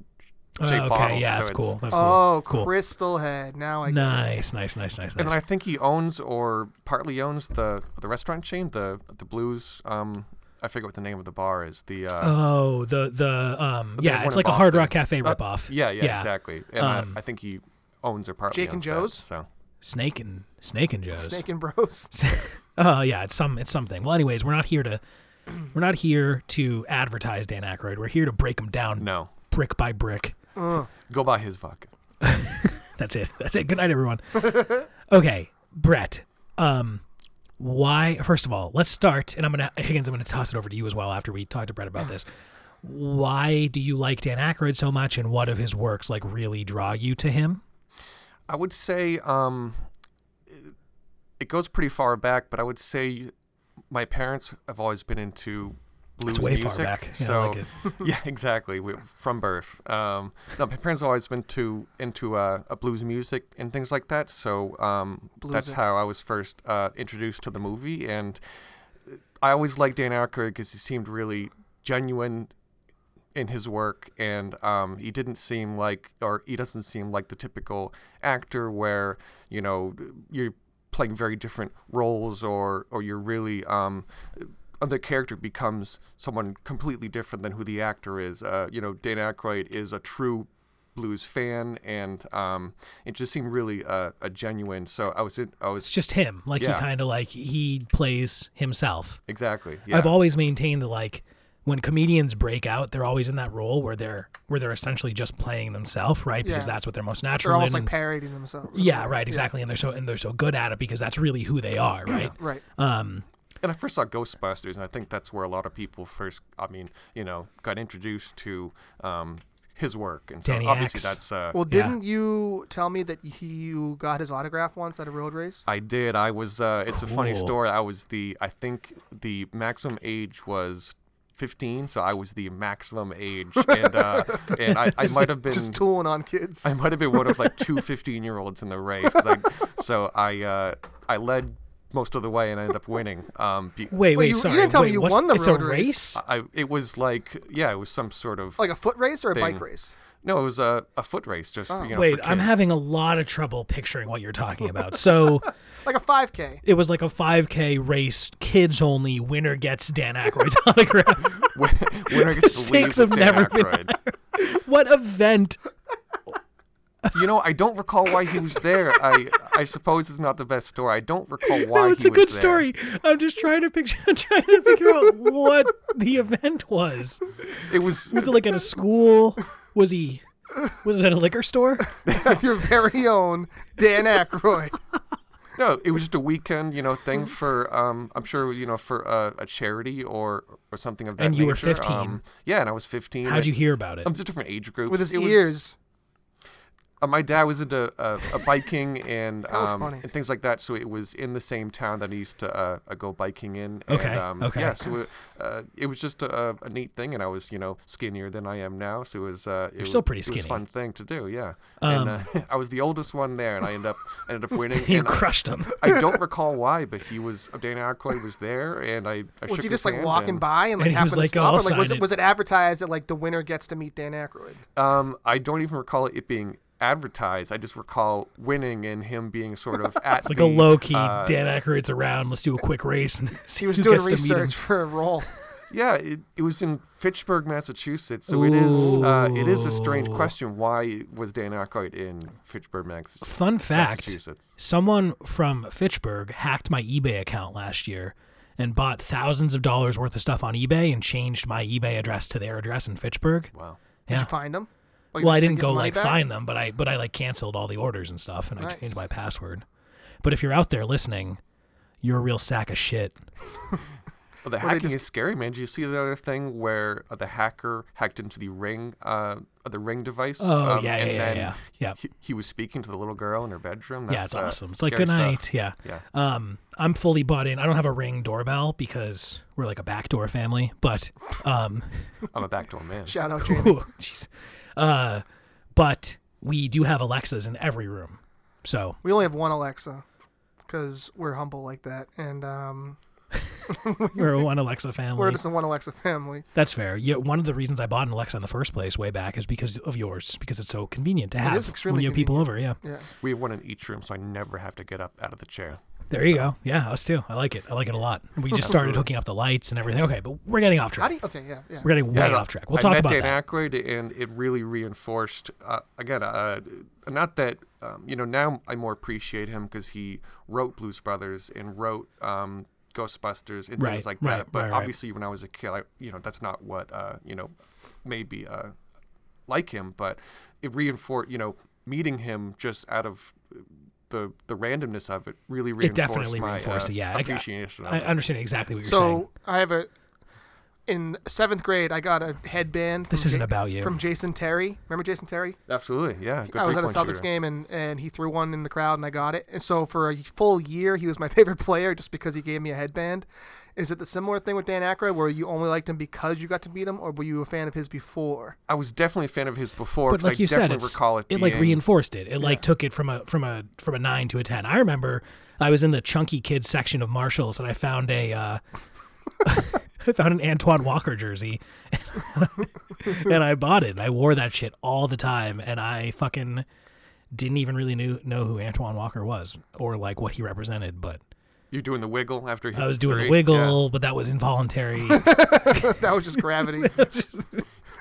S3: shaped
S1: Oh, okay,
S3: bottle.
S1: yeah,
S3: so
S1: that's
S3: it's-
S1: cool. That's cool.
S2: Oh,
S1: cool.
S2: Crystal Head. Now I.
S1: Nice, nice, nice, nice,
S3: And
S1: nice.
S3: then I think he owns or partly owns the the restaurant chain, the the Blues. Um, I forget what the name of the bar is. The uh,
S1: Oh, the the um,
S3: But they
S1: yeah,
S3: have one
S1: it's
S3: in
S1: like a Hard
S3: Boston.
S1: Rock Cafe
S3: Uh,
S1: ripoff.
S3: yeah, yeah,
S1: yeah.
S3: exactly. And
S1: Um,
S3: I, I think he owns or partly
S2: Jake and
S3: owns that,
S2: Joe's?
S3: so
S1: Snake and Snake and Joe's.
S2: Snake and Bros.
S1: Oh yeah, it's some it's something. Well, anyways, we're not here to we're not here to advertise Dan Aykroyd. We're here to break him down
S3: no,
S1: brick by brick.
S3: go buy his vodka.
S1: That's it. That's it. Good night, everyone. okay, Brett. Um, why? First of all, let's start. And I'm gonna Higgins. I'm gonna toss it over to you as well after we talk to Brett about this. Why do you like Dan Aykroyd so much, and what of his works like really draw you to him?
S3: I would say um, it goes pretty far back, but I would say my parents have always been into blues
S1: It's way
S3: music.
S1: far back. Yeah, I
S3: so
S1: like it.
S3: yeah, exactly. We, from birth. Um, no, my parents have always been to into uh, a blues music and things like that. So um, that's
S2: Bluesic.
S3: how I was first uh, introduced to the movie, and uh, I always liked Dan Aykroyd because he seemed really genuine in his work, and um, he didn't seem like, or he doesn't seem like the typical actor where you know you're playing very different roles, or or you're really um, the character becomes someone completely different than who the actor is. Uh, you know, Dan Aykroyd is a true blues fan, and um, it just seemed really uh, a genuine. So I was, in, I
S1: It's
S3: was
S1: just him. Like
S3: Yeah.
S1: he kind of like he plays himself.
S3: exactly. Yeah.
S1: I've always maintained that like when comedians break out, they're always in that role where they're where they're essentially just playing themselves, right? Because
S2: Yeah.
S1: that's what they're most
S2: They're
S1: natural
S2: almost
S1: in.
S2: like
S1: and-
S2: parodying themselves.
S1: yeah, right, exactly. And they're so and they're so good at it because that's really who they are, right?
S2: Right.
S1: Um,
S3: And I first saw Ghostbusters, and I think that's where a lot of people first, I mean, you know, got introduced to um, his work. And so
S1: Danny
S3: obviously
S1: Axe.
S3: that's. Uh,
S2: Well,
S1: Yeah.
S2: didn't you tell me that he, you got his autograph once at a road race?
S3: I did. I was. Uh, it's a funny
S1: Cool.
S3: story. I was the. I think the maximum age was. 15, so I was the maximum age, and uh, and I, I might have been
S2: Just tooling on kids.
S3: I might have been one of like two 15 year olds in the race. 'cause I, so I uh, I led most of the way and I ended up winning. Um, be-
S1: wait, wait,
S2: Wait, you- you
S1: sorry.
S2: didn't tell me
S1: wait,
S2: you
S1: what's-
S2: won the
S1: it's
S2: road
S1: a
S2: race.
S1: race. Uh,
S3: I it was like yeah, it was some sort of
S2: like a foot race or a bike
S3: Thing.
S2: race?
S3: no, it was a, a foot race just
S2: Oh.
S3: you know. for
S1: Wait, I'm
S3: kids.
S1: having a lot of trouble picturing what you're talking about. So
S2: Like a 5K.
S1: it was like a 5K race, kids only. Winner gets Dan Aykroyd's autograph.
S3: winner gets to leave
S1: stakes have
S3: with Dan
S1: never been
S3: Aykroyd.
S1: what event?
S3: You know, I don't recall why he was there. I I suppose it's not the best story. I don't recall why
S1: No, Oh, it's
S3: he
S1: a
S3: was
S1: good
S3: there.
S1: story. I'm just trying to picture, I'm trying to figure out what the event was.
S3: It was
S1: Was it like at a school? Was he? Was it at a liquor store?
S2: Your very own Dan Aykroyd.
S3: No, it was just a weekend, you know, thing for um, I'm sure you know for uh, a charity or or something of that.
S1: And you were
S3: nature.
S1: 15.
S3: Um, yeah, and I was 15.
S1: How'd you hear about it?
S3: Um, just different age groups.
S2: With his
S3: It was-
S2: ears.
S3: uh, my dad was into uh, uh, biking and
S2: was
S3: um,
S2: funny.
S3: and things like that, so it was in the same town that I used to uh, uh, go biking in.
S1: Okay,
S3: And, um,
S1: okay.
S3: Yeah, so it, uh, it was just a, a neat thing, and I was you know skinnier than I am now, so it was. Uh, it
S1: still
S3: was-
S1: pretty
S3: It was
S1: skinny. Um,
S3: a fun thing to do, yeah. and uh, I was the oldest one there, and I ended up I ended up winning.
S1: you
S3: and I-
S1: crushed him.
S3: I don't recall why, but he was Dan Aykroyd was there, and I, I
S2: Was
S3: shook
S2: he
S3: his
S2: just like
S3: hand,
S2: walking
S3: and,
S2: by and like
S1: And he was
S2: happened
S1: like,
S2: to stop?
S1: "Oh,
S2: or, like was
S1: sign
S2: it
S1: it."
S2: was it advertised that like the winner gets to meet Dan Aykroyd?
S3: Um, I don't even recall it being advertised. I just recall winning and him being sort of at
S1: It's like a
S3: the,
S1: low key.
S3: uh,
S1: Dan Aykroyd's around. Let's do a quick race. And see
S2: He was
S1: who
S2: doing
S1: gets to meet him.
S2: research for a role.
S3: yeah, it, it was in Fitchburg, Massachusetts, so it is uh, it is a strange
S1: Ooh.
S3: question. Why was Dan Aykroyd in Fitchburg, Max-
S1: Fun fact:
S3: Massachusetts?
S1: someone from Fitchburg hacked my eBay account last year and bought thousands of dollars worth of stuff on eBay and changed my eBay address to their address in Fitchburg.
S3: Wow. Oh,
S2: Did
S1: Yeah.
S2: you find him? Like,
S1: well, I
S2: did you
S1: didn't
S2: get
S1: go
S2: the money
S1: like
S2: back?
S1: find them, but I but I like canceled all the orders and stuff, and I
S2: Nice.
S1: changed my password. But if you're out there listening, you're a real sack of shit.
S3: Well, the
S2: they
S3: hacking
S2: just-
S3: is scary, man. Did you see the other thing where uh, the hacker hacked into the ring, uh, the ring device?
S1: Oh
S3: um,
S1: yeah, yeah,
S3: and
S1: yeah,
S3: then
S1: yeah, yeah.
S3: he, he was speaking to the little girl in her bedroom. That's,
S1: yeah, it's
S3: uh,
S1: awesome. It's like
S3: scary
S1: good
S3: stuff.
S1: night. Yeah.
S3: Yeah.
S1: Um, I'm fully bought in. I don't have a ring doorbell because we're like a backdoor family, but um,
S3: I'm a backdoor man.
S2: Shout out Jamie.
S1: Ooh, jeez. Uh, but we do have Alexas in every room. So
S2: We only have one Alexa because we're humble like that, and um,
S1: we're a one Alexa
S2: we're
S1: family.
S2: just a one Alexa family.
S1: That's fair. Yeah, one of the reasons I bought an Alexa in the first place way back is because of yours, because it's so convenient to have
S2: is extremely
S1: when you have people over. Yeah.
S2: Yeah.
S3: We have one in each room, so I never have to get up out of the chair.
S1: There you go. Yeah, us too. I like it. I like it a lot. We just started hooking up the lights and everything. Okay, but we're getting off
S2: How
S1: track.
S2: do you? Okay. Yeah. Yeah.
S1: We're getting way
S3: I-
S1: off track. We'll
S3: I
S1: talk
S3: met
S1: about
S3: Dan
S1: that.
S3: Aykroyd, and it really reinforced uh, again. Uh, not that um, you know now I more appreciate him because he wrote Blues Brothers and wrote um, Ghostbusters and
S1: Right,
S3: things like
S1: right,
S3: that. But
S1: right, right.
S3: obviously, when I was a kid, I, you know that's not what uh, you know made me uh, like him. But it reinforced you know meeting him just out of the the randomness of it really
S1: It
S3: reinforced
S1: definitely
S3: my
S1: reinforced
S3: uh,
S1: it. Yeah, I- I-
S3: appreciation. of
S1: I
S3: him.
S1: understand exactly what you're saying.
S2: So I have a in seventh grade. I got a headband. From
S1: This isn't
S2: Ja-
S1: about you.
S2: From Jason Terry. Remember Jason Terry?
S3: Absolutely, yeah. Good
S2: I was
S3: three
S2: at a
S3: point shooter.
S2: Celtics game and, and he threw one in the crowd and I got it. And so for a full year, he was my favorite player just because he gave me a headband. Is it the similar thing with Dan Aykroyd where you only liked him because you got to meet him, or were you a fan of his before?
S3: I was definitely a fan of his before,
S1: but
S3: because
S1: like
S3: I
S1: you said,
S3: definitely
S1: it's,
S3: recall it.
S1: like
S3: being-
S1: reinforced it. It like took it from a from a from a nine to a ten. I remember I was in the chunky kids section of Marshalls and I found a uh, I found an Antoine Walker jersey, and I bought it. I wore that shit all the time, and I fucking didn't even really knew, know who Antoine Walker was or like what he represented. But
S3: You're doing the wiggle after.
S1: I was doing
S3: three.
S1: the wiggle, but that was involuntary.
S2: that was just gravity.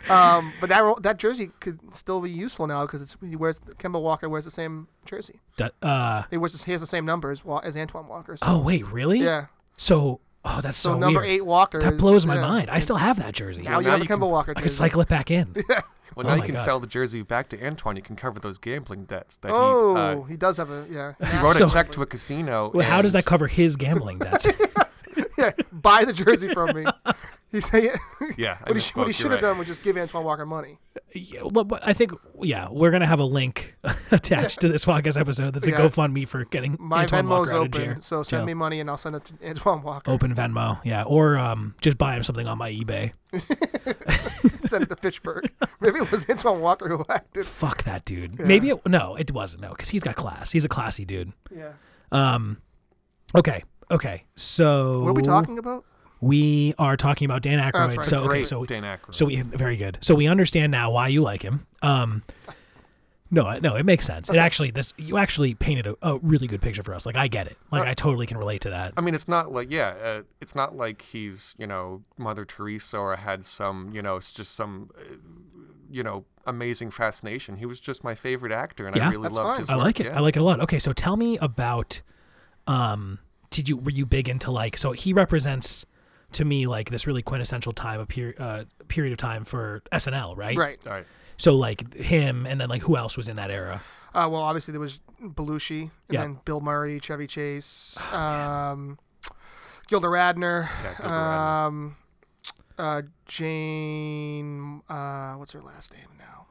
S2: um, but that ro- that jersey could still be useful now because it's he wears Kemba Walker wears the same jersey.
S1: Du- uh,
S2: He wears the- he has the same number as, Wa- as Antoine Walker. So,
S1: oh wait, Oh, really?
S2: yeah,
S1: So Oh, that's
S2: So,
S1: so,
S2: number
S1: weird.
S2: eight Walker.
S1: That
S2: is-
S1: blows my
S2: yeah.
S1: mind. I still have that jersey.
S2: Now
S3: Yeah,
S2: you
S3: now
S2: have a
S3: you
S2: Kemba
S3: can-
S2: Walker.
S1: I could
S2: jersey.
S1: cycle it back in.
S3: Well,
S1: Oh
S3: now
S1: my
S3: you can
S1: God.
S3: sell the jersey back to Antoine. You can cover those gambling debts that
S2: Oh,
S3: he, uh,
S2: he does have a yeah.
S3: he wrote
S1: So-
S3: a check to a casino.
S1: Well, how does
S3: and-
S1: that cover his gambling debts?
S2: yeah, buy the jersey from me. He say
S3: Yeah, I
S2: what he, sh-
S3: misspoke,
S2: what he should
S3: you're
S2: have
S3: right.
S2: done was just give Antoine Walker money.
S1: Yeah, well, but I think yeah, we're gonna have a link attached to this podcast episode. That's a
S2: Yeah.
S1: GoFundMe for getting
S2: My
S1: Antoine
S2: Venmo's
S1: Walker out of
S2: open,
S1: jail-
S2: so send
S1: jail.
S2: me money and I'll send it to Antoine Walker.
S1: open Venmo. Yeah, or um, just buy him something on my eBay. Oh.
S2: send it to Fitchburg. Maybe it was Antoine Walker who acted.
S1: Fuck that dude. Maybe it, no, it wasn't no, because he's got class. He's a classy dude.
S2: Yeah.
S1: Um, okay, okay. So
S2: What are we talking about?
S1: We are talking about Dan Aykroyd.
S2: right.
S1: So okay,
S3: Great
S1: so
S3: Dan Aykroyd.
S1: So we very good. So we understand now why you like him. Um, no, I- no, it makes sense. It actually this you actually painted a, a really good picture for us. Like I get it. Like I totally can relate to that.
S3: I mean, it's not like yeah, uh, it's not like he's you know Mother Teresa or had some you know it's just some uh, you know amazing fascination. He was just my favorite actor, and
S1: Yeah.
S3: I really
S2: That's
S3: loved
S2: fine.
S3: his.
S1: I
S3: work,
S1: like it.
S3: yeah.
S1: I like it a lot. Okay, so tell me about um did you were you big into like so he represents to me like this really quintessential time of peri- uh, period of time for SNL, right?
S2: Right.
S3: All right.
S1: So like him and then like who else was in that era?
S2: Uh, well, obviously there was Belushi, and
S1: Yeah. Oh,
S2: then Bill Murray, Chevy Chase, um, Gilda Radner,
S3: Yeah, Gilda Radner.
S2: um, uh, Jane. Uh, what's her last name now?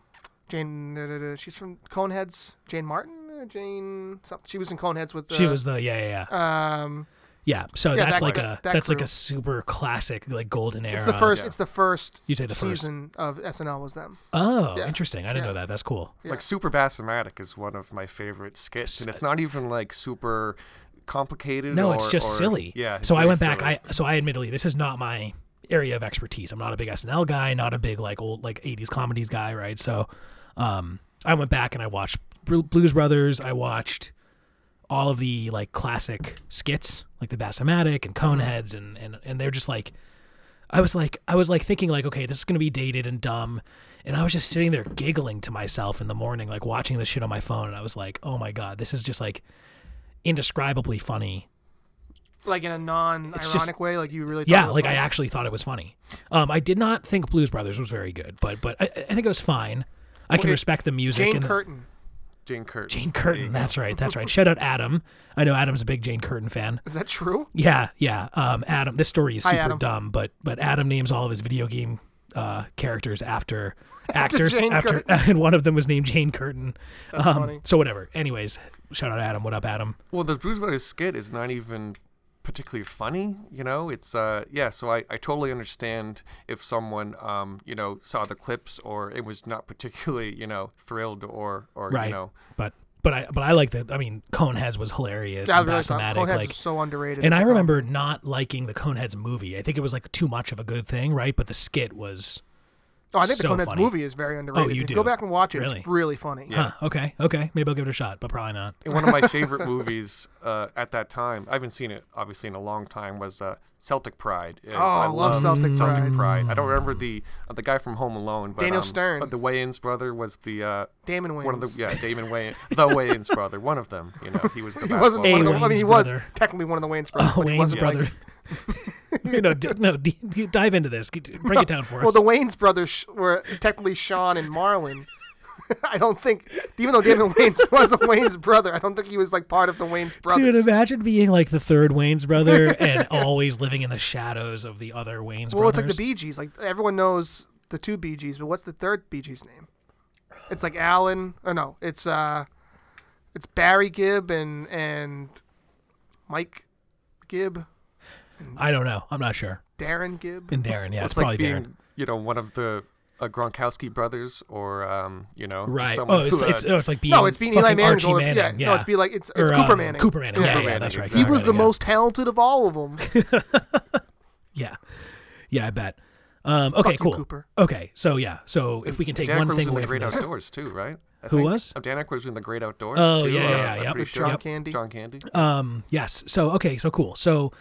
S2: Jane. da, da, da, She's from Coneheads. Jane Martin. Uh, Jane. Something. She was in Coneheads with. Uh,
S1: she was the yeah yeah yeah.
S2: Um,
S1: Yeah, so
S2: Yeah,
S1: that's
S2: that-
S1: like
S2: that-
S1: a
S2: that
S1: that's like
S2: crew.
S1: a super classic like golden era.
S2: it's the first.
S3: yeah.
S2: It's the first.
S1: You say the first.
S2: season of SNL was them.
S1: Oh,
S2: Yeah.
S1: interesting. I didn't
S2: Yeah.
S1: know that. That's cool.
S2: Yeah.
S3: Like Super Bassomatic is one of my favorite skits, and it's not even like super complicated.
S1: uh No,
S3: or,
S1: it's just
S3: or-
S1: silly.
S3: Yeah. it's
S1: So I
S3: very
S1: went back.
S3: silly.
S1: I so I admittedly this is not my area of expertise. I'm not a big SNL guy. Not a big like old like 80s comedies guy. Right. So, um, I went back and I watched Bru- Blues Brothers. I watched all of the like classic skits, like the Bassomatic and
S3: Mm-hmm.
S1: Coneheads, and and and they're just like. I was like, I was like thinking, like, okay, this is gonna be dated and dumb, and I was just sitting there giggling to myself in the morning, like watching this shit on my phone, and I was like, oh my god, this is just like indescribably funny
S2: Like in a non-ironic
S1: It's just-
S2: way. Like you really. thought
S1: yeah,
S2: Oh, it was
S1: like I
S2: funny.
S1: actually thought it was funny. Um, I did not think Blues Brothers was very good, but but I, I think it was fine. I can
S3: it-
S1: respect the music.
S2: Jane
S1: and the-
S2: Curtin.
S3: Jane Curtin.
S1: Jane Curtin. That's right. That's right. Shout out Adam. I know Adam's a big Jane Curtin fan.
S2: Is that true?
S1: Yeah, yeah. Um, Adam. This story is
S2: Hi,
S1: super
S2: Adam.
S1: dumb, but but Adam names all of his video game uh, characters after actors.
S2: Jane
S1: after and one of them was named Jane Curtin. That's
S2: funny.
S1: So whatever. Anyways, shout out Adam. What up, Adam?
S3: Well, the Blues Brothers skit is not even particularly funny, you know. It's uh, yeah. So I, I totally understand if someone um, you know, saw the clips or it was not particularly you know thrilled or or
S1: Right.
S3: you know.
S1: But but I but I like that. I mean, Coneheads was hilarious.
S2: Yeah, I
S1: and
S2: really thought
S1: Bassomatic,
S2: Coneheads
S1: like,
S2: is so underrated. oh.
S1: And
S2: as
S1: I
S2: a
S1: remember not liking the Coneheads movie. I think it was like too much of a good thing, right? But the skit was.
S2: Oh, I think
S1: So
S2: the Coneheads
S1: funny.
S2: movie is very underrated.
S1: Oh, you
S2: If
S1: do?
S2: Go back and watch it.
S1: Really?
S2: It's really funny.
S1: Huh, okay, okay. Maybe I'll give it a shot, but probably not.
S3: And one of my favorite movies uh, at that time, I haven't seen it obviously in a long time, was uh, Celtic Pride. Yes,
S2: Oh, I love
S3: loved
S2: Celtic Pride.
S3: I don't remember the uh, the guy from Home Alone, but
S2: Daniel
S3: um,
S2: Stern.
S3: but the Wayans brother was the uh,
S2: Damon Wayans.
S3: one of the yeah Damon Wayans, the Wayans brother, one of them. You know, he was the
S2: he wasn't
S1: A
S2: one of the. I mean,
S1: Wayne's
S2: he was
S1: brother.
S2: technically one of the Wayne's brothers.
S1: Oh,
S2: but he
S1: Wayne's
S2: wasn't like-
S1: brother. you know, d- no, d- you dive into this. Get- Break it down for us.
S2: well, the Wayne's brothers sh- were technically Sean and Marlon. I don't think, even though Damon Wayne's was a Wayne's brother, I don't think he was like part of the Wayne's
S1: Dude,
S2: brothers.
S1: imagine being like the third Wayne's brother and always living in the shadows of the other Wayne's
S2: well, it's
S1: brothers.
S2: like the Bee Gees. Like everyone knows the two Bee Gees, but what's the third Bee Gees name? It's like Alan. Oh no, it's uh, it's Barry Gibb and and Mike Gibb,
S1: I don't know. I'm not sure.
S2: Darren Gibb.
S1: And Darren, yeah,
S3: Well,
S1: it's, probably
S3: being,
S1: Darren.
S3: you know, one of the uh, Gronkowski brothers, or um, you know, just
S1: Right.
S3: someone
S1: Oh, it's,
S3: who, uh,
S1: it's, oh, it's like being
S2: No, it's being Eli
S1: fucking
S2: Manning's
S1: Archie
S2: older.
S1: Manning.
S2: Yeah, no, it's be like it's, it's
S1: Or,
S2: Cooper
S1: um,
S2: Manning.
S1: Cooper Manning. Yeah,
S3: Cooper
S1: yeah,
S3: Manning,
S1: that's right.
S2: He was the
S1: Yeah.
S2: most talented of all of them.
S1: Yeah. Yeah, I bet. Um, okay,
S2: Fuck you,
S1: cool.
S2: Cooper.
S1: Okay, so yeah, so if we can take
S3: Dan
S1: one
S3: Aykroyd was
S1: thing
S3: in
S1: away
S3: the
S1: from
S3: Great
S1: this,
S3: Outdoors too, right? I
S1: Who
S3: think.
S1: was?
S3: Uh, Dan Aykroyd was in the Great Outdoors.
S1: Oh,
S3: too,
S1: yeah,
S3: uh,
S1: yeah, yeah,
S3: I'm
S1: yep.
S3: pretty
S2: With
S3: sure.
S2: John Candy.
S3: John Candy.
S1: um, yes. So okay, so cool. So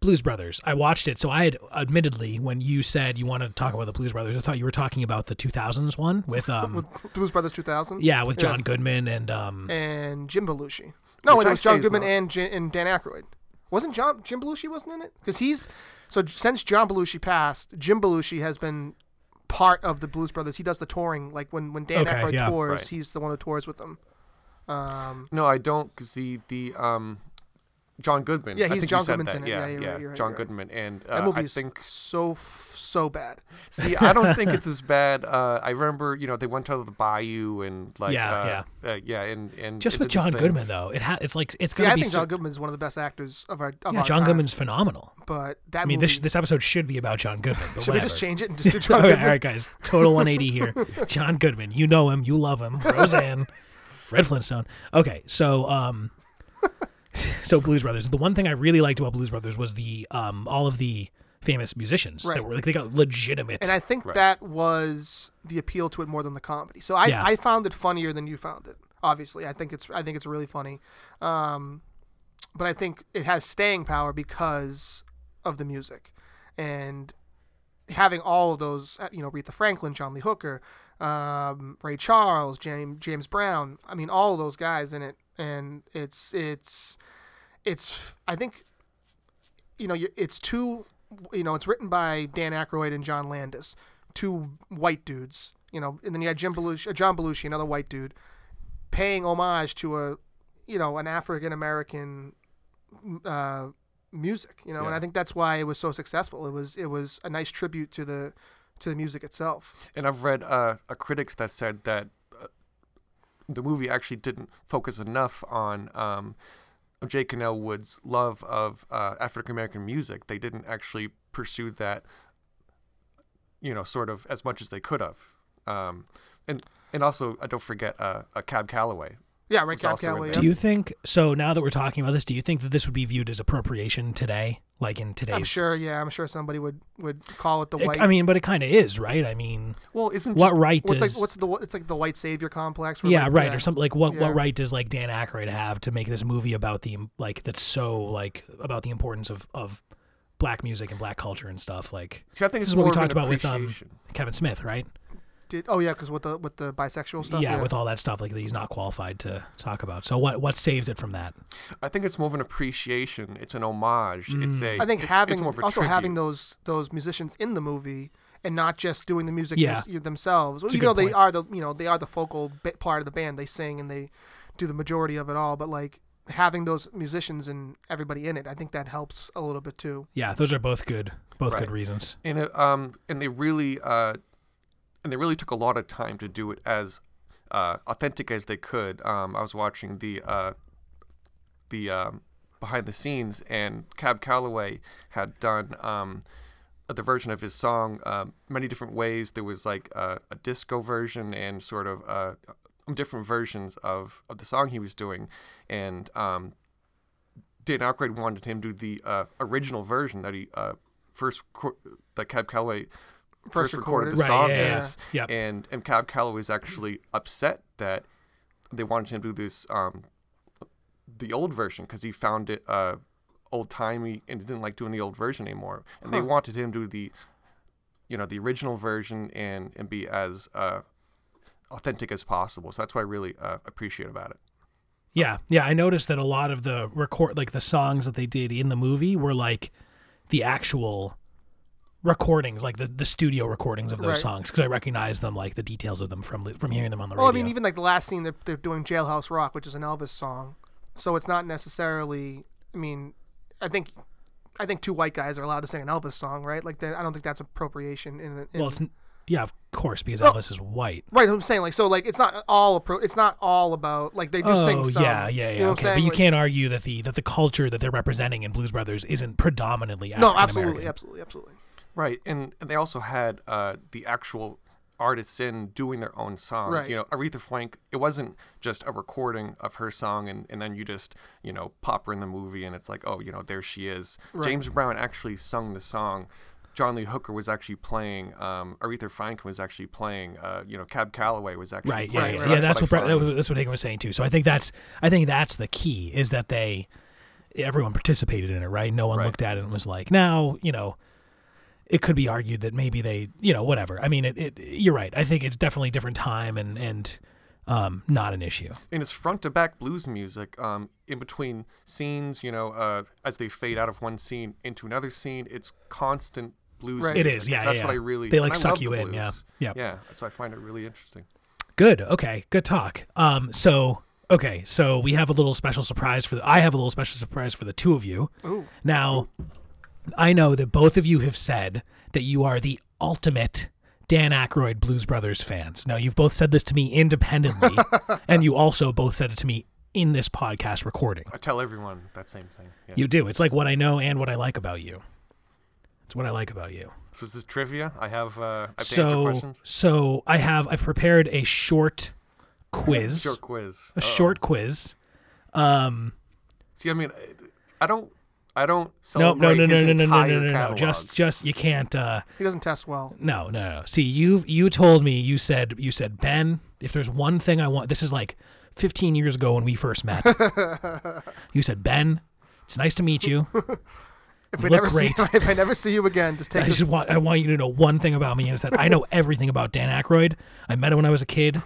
S1: Blues Brothers, I watched it. So I had admittedly, when you said you wanted to talk about the Blues Brothers, I thought you were talking about the 2000s one with um,
S2: Blues Brothers 2000.
S1: yeah, with John Goodman and um,
S2: And Jim Belushi. No, wait,
S3: Which
S2: it
S3: I
S2: was
S3: say
S2: John
S3: is
S2: Goodman
S3: not-
S2: and, Jan- and Dan Aykroyd. Wasn't John Jim Belushi wasn't in it? Because he's so since John Belushi passed, Jim Belushi has been part of the Blues Brothers. He does the touring. Like when when Dan
S1: Okay,
S2: Aykroyd
S1: yeah.
S2: tours,
S3: Right.
S2: he's the one who tours with them. Um,
S3: No, I don't. Cause the the um, John Goodman.
S2: Yeah,
S3: I
S2: he's
S3: think
S2: John
S3: you said
S2: Goodman's
S3: that.
S2: in it. Yeah,
S3: Yeah,
S2: you're right, you're right,
S3: John
S2: you're right.
S3: Goodman, and
S2: that
S3: uh,
S2: movie
S3: I
S2: is
S3: think
S2: so f- so bad.
S3: See, I don't think it's as bad. Uh, I remember, you know, they went to the bayou and like,
S1: Yeah,
S3: uh, yeah, uh, yeah, and and
S1: Just
S3: it
S1: with
S3: did these
S1: John Goodman
S3: things.
S1: though, it ha- it's like it's
S2: See,
S1: gonna
S2: I
S1: be
S2: think
S1: so-
S2: John Goodman's one of the best actors of our of
S1: yeah,
S2: our
S1: John
S2: time,
S1: Goodman's phenomenal.
S2: But that
S1: I mean,
S2: movie,
S1: this this episode should be about John Goodman. But
S2: should we
S1: whatever.
S2: just change it and just do John
S1: all, right,
S2: Goodman?
S1: all right, guys. Total 180 here. John Goodman. You know him. You love him. Roseanne. Fred Flintstone. Okay, so um, so Blues Brothers. The one thing I really liked about Blues Brothers was the um, all of the famous musicians
S2: Right.
S1: that were like they got legitimate.
S2: And I think that was the appeal to it more than the comedy. So I,
S1: Yeah.
S2: I found it funnier than you found it. Obviously, I think it's I think it's really funny, um, but I think it has staying power because of the music, and having all of those uh, you know Aretha Franklin, John Lee Hooker, um, Ray Charles, James James Brown. I mean, all of those guys in it, and it's it's it's I think you know, you- it's two, you know, it's written by Dan Aykroyd and John Landis, two white dudes, you know, and then you had Jim Belushi, uh, John Belushi, another white dude, paying homage to a, you know, an African American, uh, music, you know, and
S3: Yeah.
S2: I think that's why it was so successful. It was it was a nice tribute to the to the music itself.
S3: And I've read uh, a critics that said that uh, the movie actually didn't focus enough on um, Jake and Elwood's love of uh, African American music. They didn't actually pursue that, you know, sort of as much as they could have. Um, and and also, I don't forget uh, a Cab Calloway.
S2: Yeah, right.
S3: It's
S2: Cab
S3: also in
S2: Calloway,
S3: there.
S2: yeah.
S1: do you think so? Now that we're talking about this, do you think that this would be viewed as appropriation today, like in today's?
S2: I'm sure. Yeah, I'm sure somebody would would call it the
S1: It-
S2: white.
S1: I mean, but it kind of is, right? I mean,
S3: Well, isn't
S1: what right
S2: what's
S1: does?
S2: like what's the it's like the white savior complex? where,
S1: yeah,
S2: like,
S1: right, or something like what?
S2: Yeah.
S1: What right does like Dan Aykroyd have to make this movie about the like that's so like about the importance of of black music and black culture and stuff? Like
S3: See, I think
S1: this
S3: it's
S1: is what we
S3: more of
S1: talked
S3: an
S1: about with um
S3: appreciation.
S1: Kevin Smith, right?
S2: Did, oh yeah, because with the with the bisexual stuff.
S1: yeah, with all that stuff like that he's not qualified to talk about. So what what saves it from that?
S3: I think it's more of an appreciation. It's an homage. It's
S1: Mm.
S3: a.
S2: I think
S3: it's-
S2: having
S3: it's more of a
S2: also having
S3: tribute.
S2: those those musicians in the movie and not just doing the music
S1: Yeah.
S2: mus- themselves.
S1: It's a
S2: Even though
S1: good
S2: they
S1: point.
S2: are the you know they are the focal bi- part of the band, they sing and they do the majority of it all. But like having those musicians and everybody in it, I think that helps a little bit too.
S1: Yeah, those are both good both good
S3: Right.
S1: reasons.
S3: and it, um and they really uh and they really took a lot of time to do it as uh authentic as they could um i was watching the uh the um behind the scenes and cab calloway had done um the version of his song um, many different ways there was like uh, a disco version and sort of uh different versions of of the song he was doing and um Dan Aykroyd wanted him to do the uh, original version that he uh, first cor- that Cab Calloway first,
S2: recorded.
S3: recorded, the
S1: Right,
S3: song
S1: yeah, yeah,
S3: is,
S1: yeah. Yep.
S3: and and Cab Calloway was actually upset that they wanted him to do this um, the old version because he found it uh, old timey and he didn't like doing the old version anymore, and they
S2: Huh.
S3: wanted him to do the you know the original version and and be as uh, authentic as possible. So that's what I really uh, appreciate about it.
S1: Yeah, yeah. I noticed that a lot of the record, like the songs that they did in the movie, were like the actual recordings, like the, the studio recordings of those
S2: Right.
S1: songs, because I recognize them, like the details of them from li- from hearing them on the radio.
S2: Well, I mean, even like the last scene, they're, they're doing Jailhouse Rock, which is an Elvis song. So it's not necessarily. I mean, I think, I think two white guys are allowed to sing an Elvis song, right? Like, they- I don't think that's appropriation. In, in
S1: well, it's n- yeah, of course, because Elvis is white.
S2: right. I'm saying like so, like it's not all appro- It's not all about like they do sing
S1: Oh
S2: some.
S1: yeah, yeah, yeah.
S2: You know what I'm
S1: okay,
S2: saying?
S1: but you
S2: Like-
S1: can't argue that the that the culture that they're representing in Blues Brothers isn't predominantly
S2: No,
S1: African
S2: absolutely,
S1: American.
S2: absolutely, absolutely.
S3: Right, and, and they also had uh, the actual artists in doing their own songs.
S2: Right.
S3: You know, Aretha Frank. It wasn't just a recording of her song, and, and then you just you know pop her in the movie, and it's like, oh, you know, there she is.
S2: Right.
S3: James Brown actually sung the song. John Lee Hooker was actually playing. Um, Aretha Frank was actually playing. Uh, you know, Cab Calloway was actually
S1: Right, yeah,
S3: playing.
S1: yeah,
S3: So
S1: yeah. That's what
S3: I
S1: Brett- that
S3: find.
S1: was- that's what Hagen was saying too. So I think that's I think that's the key is that they everyone participated in it, right? No one
S3: Right.
S1: looked at it and was like, now you know, it could be argued that maybe they, you know, whatever. I mean, it, it you're right. I think it's definitely a different time and and um, not an issue.
S3: and it's front to back blues music um, in between scenes you know uh, as they fade out of one scene into another scene it's constant blues
S2: Right.
S1: It
S3: music.
S1: is, yeah,
S3: that's
S1: yeah,
S3: what i
S1: yeah.
S3: really
S1: They, like,
S3: and I
S1: suck
S3: love the
S1: you in, yeah.
S3: blues.
S1: Yeah.
S3: yeah so i find it really interesting
S1: Good. Okay. Good talk. Um. So okay. So we have a little special surprise for the. I have a little special surprise for the two of you.
S2: Ooh.
S1: Now, I know that both of you have said that you are the ultimate Dan Aykroyd Blues Brothers fans. Now, you've both said this to me independently, and you also both said it to me in this podcast recording.
S3: i tell everyone that same thing yeah.
S1: You do. It's like what I know and what I like about you. It's what I like about you.
S3: so this is trivia i have uh, i have to answer
S1: So,
S3: questions
S1: so I have I've prepared a short quiz,
S3: short quiz
S1: a short quiz. Um,
S3: see i mean i don't i don't
S1: no,
S3: celebrate
S1: no, no, no,
S3: his
S1: no, no, no,
S3: entire
S1: no, no, no.
S3: catalog.
S1: Just, just you can't. Uh,
S2: He doesn't test well.
S1: No, no, no. See, you you told me you said you said Ben. If there's one thing I want, this is like 15 years ago when we first met. you said Ben, it's nice to meet you.
S2: If
S1: You
S2: I
S1: look
S2: never
S1: great.
S2: see if I never see you again, just take
S1: I
S2: this.
S1: just want I want you to know one thing about me, and it's that I know everything about Dan Aykroyd. I met him when I was a kid,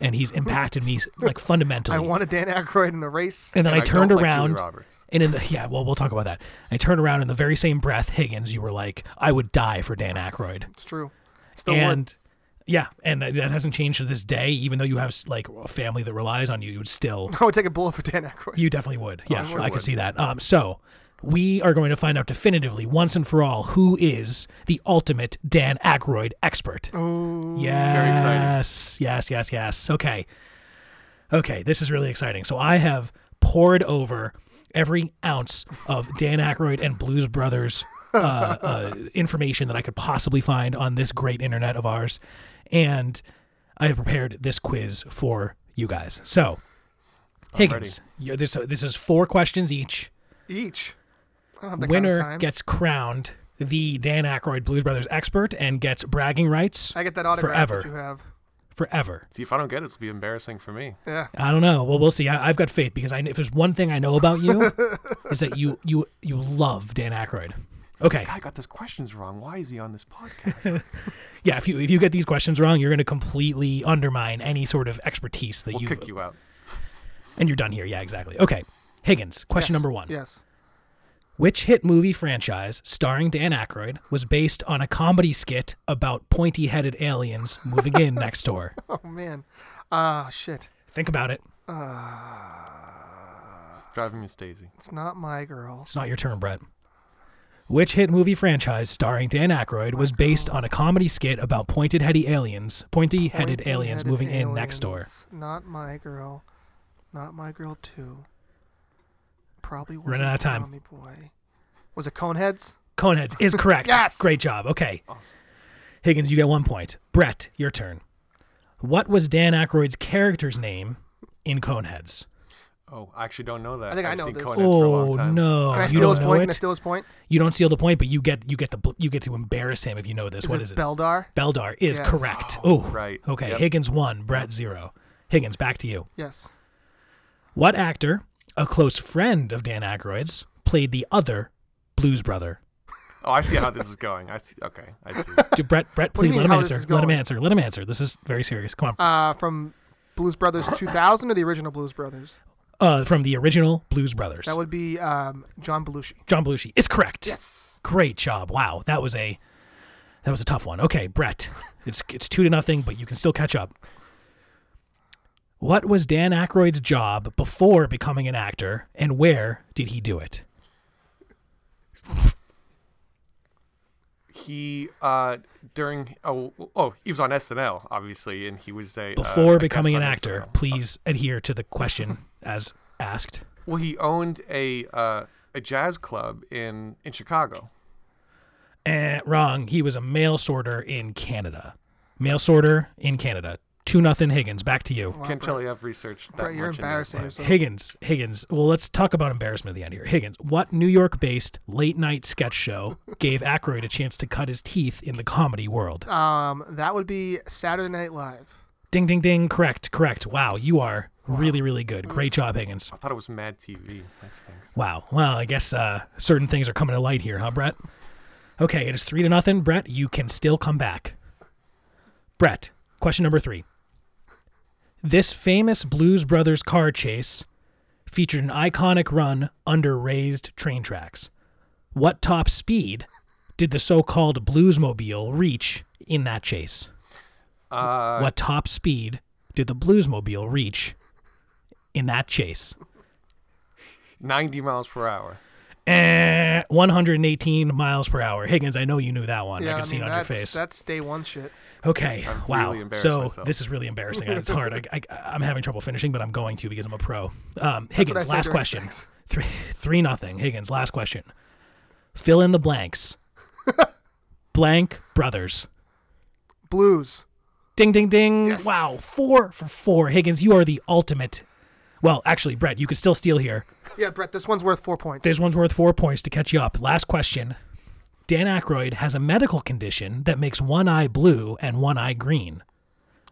S1: and he's impacted me like fundamentally.
S2: I wanted Dan Aykroyd in the race.
S1: and then
S3: And
S1: I
S3: I
S1: turned
S3: don't like Julia
S1: around,
S3: Roberts.
S1: and in the yeah, well, we'll talk about that. I turned around in the very same breath, Higgins, you were like, I would die for Dan Aykroyd.
S2: It's true. Still
S1: and
S2: would.
S1: yeah, and that that hasn't changed to this day. Even though you have like a family that relies on you, you would still,
S2: I would take a bullet for Dan Aykroyd.
S1: you definitely would. Yeah,
S3: Oh, sure
S1: I could
S3: would.
S1: see that. Um, so we are going to find out definitively once and for all who is the ultimate Dan Aykroyd expert.
S2: Ooh.
S1: yes,
S3: Oh, very exciting.
S1: yes, yes, yes, yes. Okay, okay, this is really exciting. So I have poured over every ounce of Dan Aykroyd and Blues Brothers uh, uh, information that I could possibly find on this great internet of ours, and I have prepared this quiz for you guys. So, Higgins, you this this is four questions each.
S2: Each. I don't have that kind
S1: Winner
S2: of time.
S1: gets crowned the Dan Aykroyd Blues Brothers expert and gets bragging rights
S2: I get that autograph
S1: forever.
S2: that you have.
S1: forever.
S3: see if i don't get it it'll be embarrassing for me
S2: Yeah.
S1: I don't know. Well, we'll see. I, I've got faith because I, if there's one thing I know about you, is that you you you love Dan Aykroyd. Okay,
S3: guy got those questions wrong why is he on this podcast
S1: yeah. If you if you get these questions wrong, you're going to completely undermine any sort of expertise that
S3: We'll
S1: you've
S3: kick you out.
S1: and you're done here. Yeah, exactly. Okay, Higgins. Question
S2: Yes.
S1: number one:
S2: Yes.
S1: Which hit movie franchise starring Dan Aykroyd was based on a comedy skit about pointy-headed aliens moving in next door?
S2: Oh man. Ah shit.
S1: Think about it.
S3: Driving Miss Daisy.
S2: It's not my girl.
S1: It's not your turn, Brett. Which hit movie franchise starring Dan Aykroyd was based on a comedy skit about pointed-headed aliens, pointy-headed aliens
S2: Pointy-headed
S1: moving in next door?
S2: aliens. Not my girl. Not my girl too. Probably was
S1: Running out of time.
S2: Tommy boy. Was it Coneheads?
S1: Coneheads is correct.
S2: Yes!
S1: Great job. Okay,
S3: Awesome.
S1: Higgins, you get one point. Brett, your turn. What was Dan Aykroyd's character's name in Coneheads?
S3: Oh, I actually don't know that.
S2: I think I
S3: have
S2: know
S3: seen
S2: this.
S3: Coneheads for a
S1: Oh
S3: long time.
S1: no!
S2: Can I
S1: you
S2: steal
S1: don't
S2: his
S1: know
S2: point?
S1: it.
S2: Can I steal his point?
S1: You don't steal the point, but you get you get the bl- you get to embarrass him if you know this.
S2: Is
S1: what
S2: it
S1: is it?
S2: Beldar?
S1: Beldar is
S2: Yes.
S1: correct. Oh,
S3: right.
S1: Okay,
S3: Yep.
S1: Higgins one, Brett zero. Higgins, back to you.
S2: Yes.
S1: What actor, a close friend of Dan Aykroyd's, played the other Blues Brother?
S3: Oh, I see how this is going. I see. Okay, I see.
S1: Do Brett, Brett,
S2: What do you
S1: please
S2: mean
S1: let him
S2: how this
S1: answer.
S2: is
S1: Let him
S2: going?
S1: answer. Let him answer. This is very serious. Come on.
S2: Uh, from Blues Brothers 2000 or the original Blues Brothers?
S1: Uh, from the original Blues Brothers.
S2: That would be um, John Belushi.
S1: John Belushi is correct. Yes. Great job. Wow, that was a that was a tough one. Okay, Brett, it's it's two to nothing, but you can still catch up. What was Dan Aykroyd's job before becoming an actor, and where did he do it?
S3: He uh during oh oh he was on SNL obviously, and he was a uh,
S1: Before
S3: a guest
S1: becoming an
S3: on
S1: actor,
S3: SNL.
S1: please adhere to the question as asked.
S3: Well, he owned a uh, a jazz club in in Chicago.
S1: Eh, wrong. He was a mail sorter in Canada. Mail sorter in Canada. Two nothing Higgins. Back to you.
S2: Wow,
S3: Can't
S2: Brett,
S3: tell you I've researched that
S2: Brett, you're
S3: much in my
S2: embarrassing
S3: life.
S2: yourself.
S1: Higgins. Higgins. Well, let's talk about embarrassment at the end here. Higgins. What New York-based late-night sketch show gave Aykroyd a chance to cut his teeth in the comedy world?
S2: Um, that would be Saturday Night Live.
S1: Ding, ding, ding. Correct. Correct. Wow, you are really, really good. Great job, Higgins.
S3: I thought it was Mad TV. Thanks, thanks.
S1: Wow. Well, I guess uh, certain things are coming to light here, huh, Brett? Okay, it is three to nothing. Brett, you can still come back. Brett, question number three. This famous Blues Brothers car chase featured an iconic run under raised train tracks. What top speed did the so called Bluesmobile reach in that chase?
S3: Uh,
S1: what top speed did the Bluesmobile reach in that chase?
S3: 90 miles per hour.
S1: Eh, 118 miles per hour. Higgins, I know you knew that one. I can see it on your
S2: that's,
S1: face.
S2: that's day one shit.
S1: Okay.
S3: I'm
S1: wow.
S3: really embarrassed
S1: so
S3: myself.
S1: this is really embarrassing. It's hard. I, I, am having trouble finishing, but I'm going to because I'm a pro. Um,
S2: what I
S1: Higgins,
S2: said
S1: last
S2: during
S1: question.
S2: sex.
S1: Three, three nothing. Higgins, last question. Fill in the blanks. Blank brothers.
S2: Blues.
S1: Ding ding ding.
S2: Yes.
S1: Wow. Four for four. Higgins, you are the ultimate. Well, actually, Brett, you could still steal here.
S2: Yeah, Brett, this one's worth four points.
S1: This one's worth four points to catch you up. Last question. Dan Aykroyd has a medical condition that makes one eye blue and one eye green.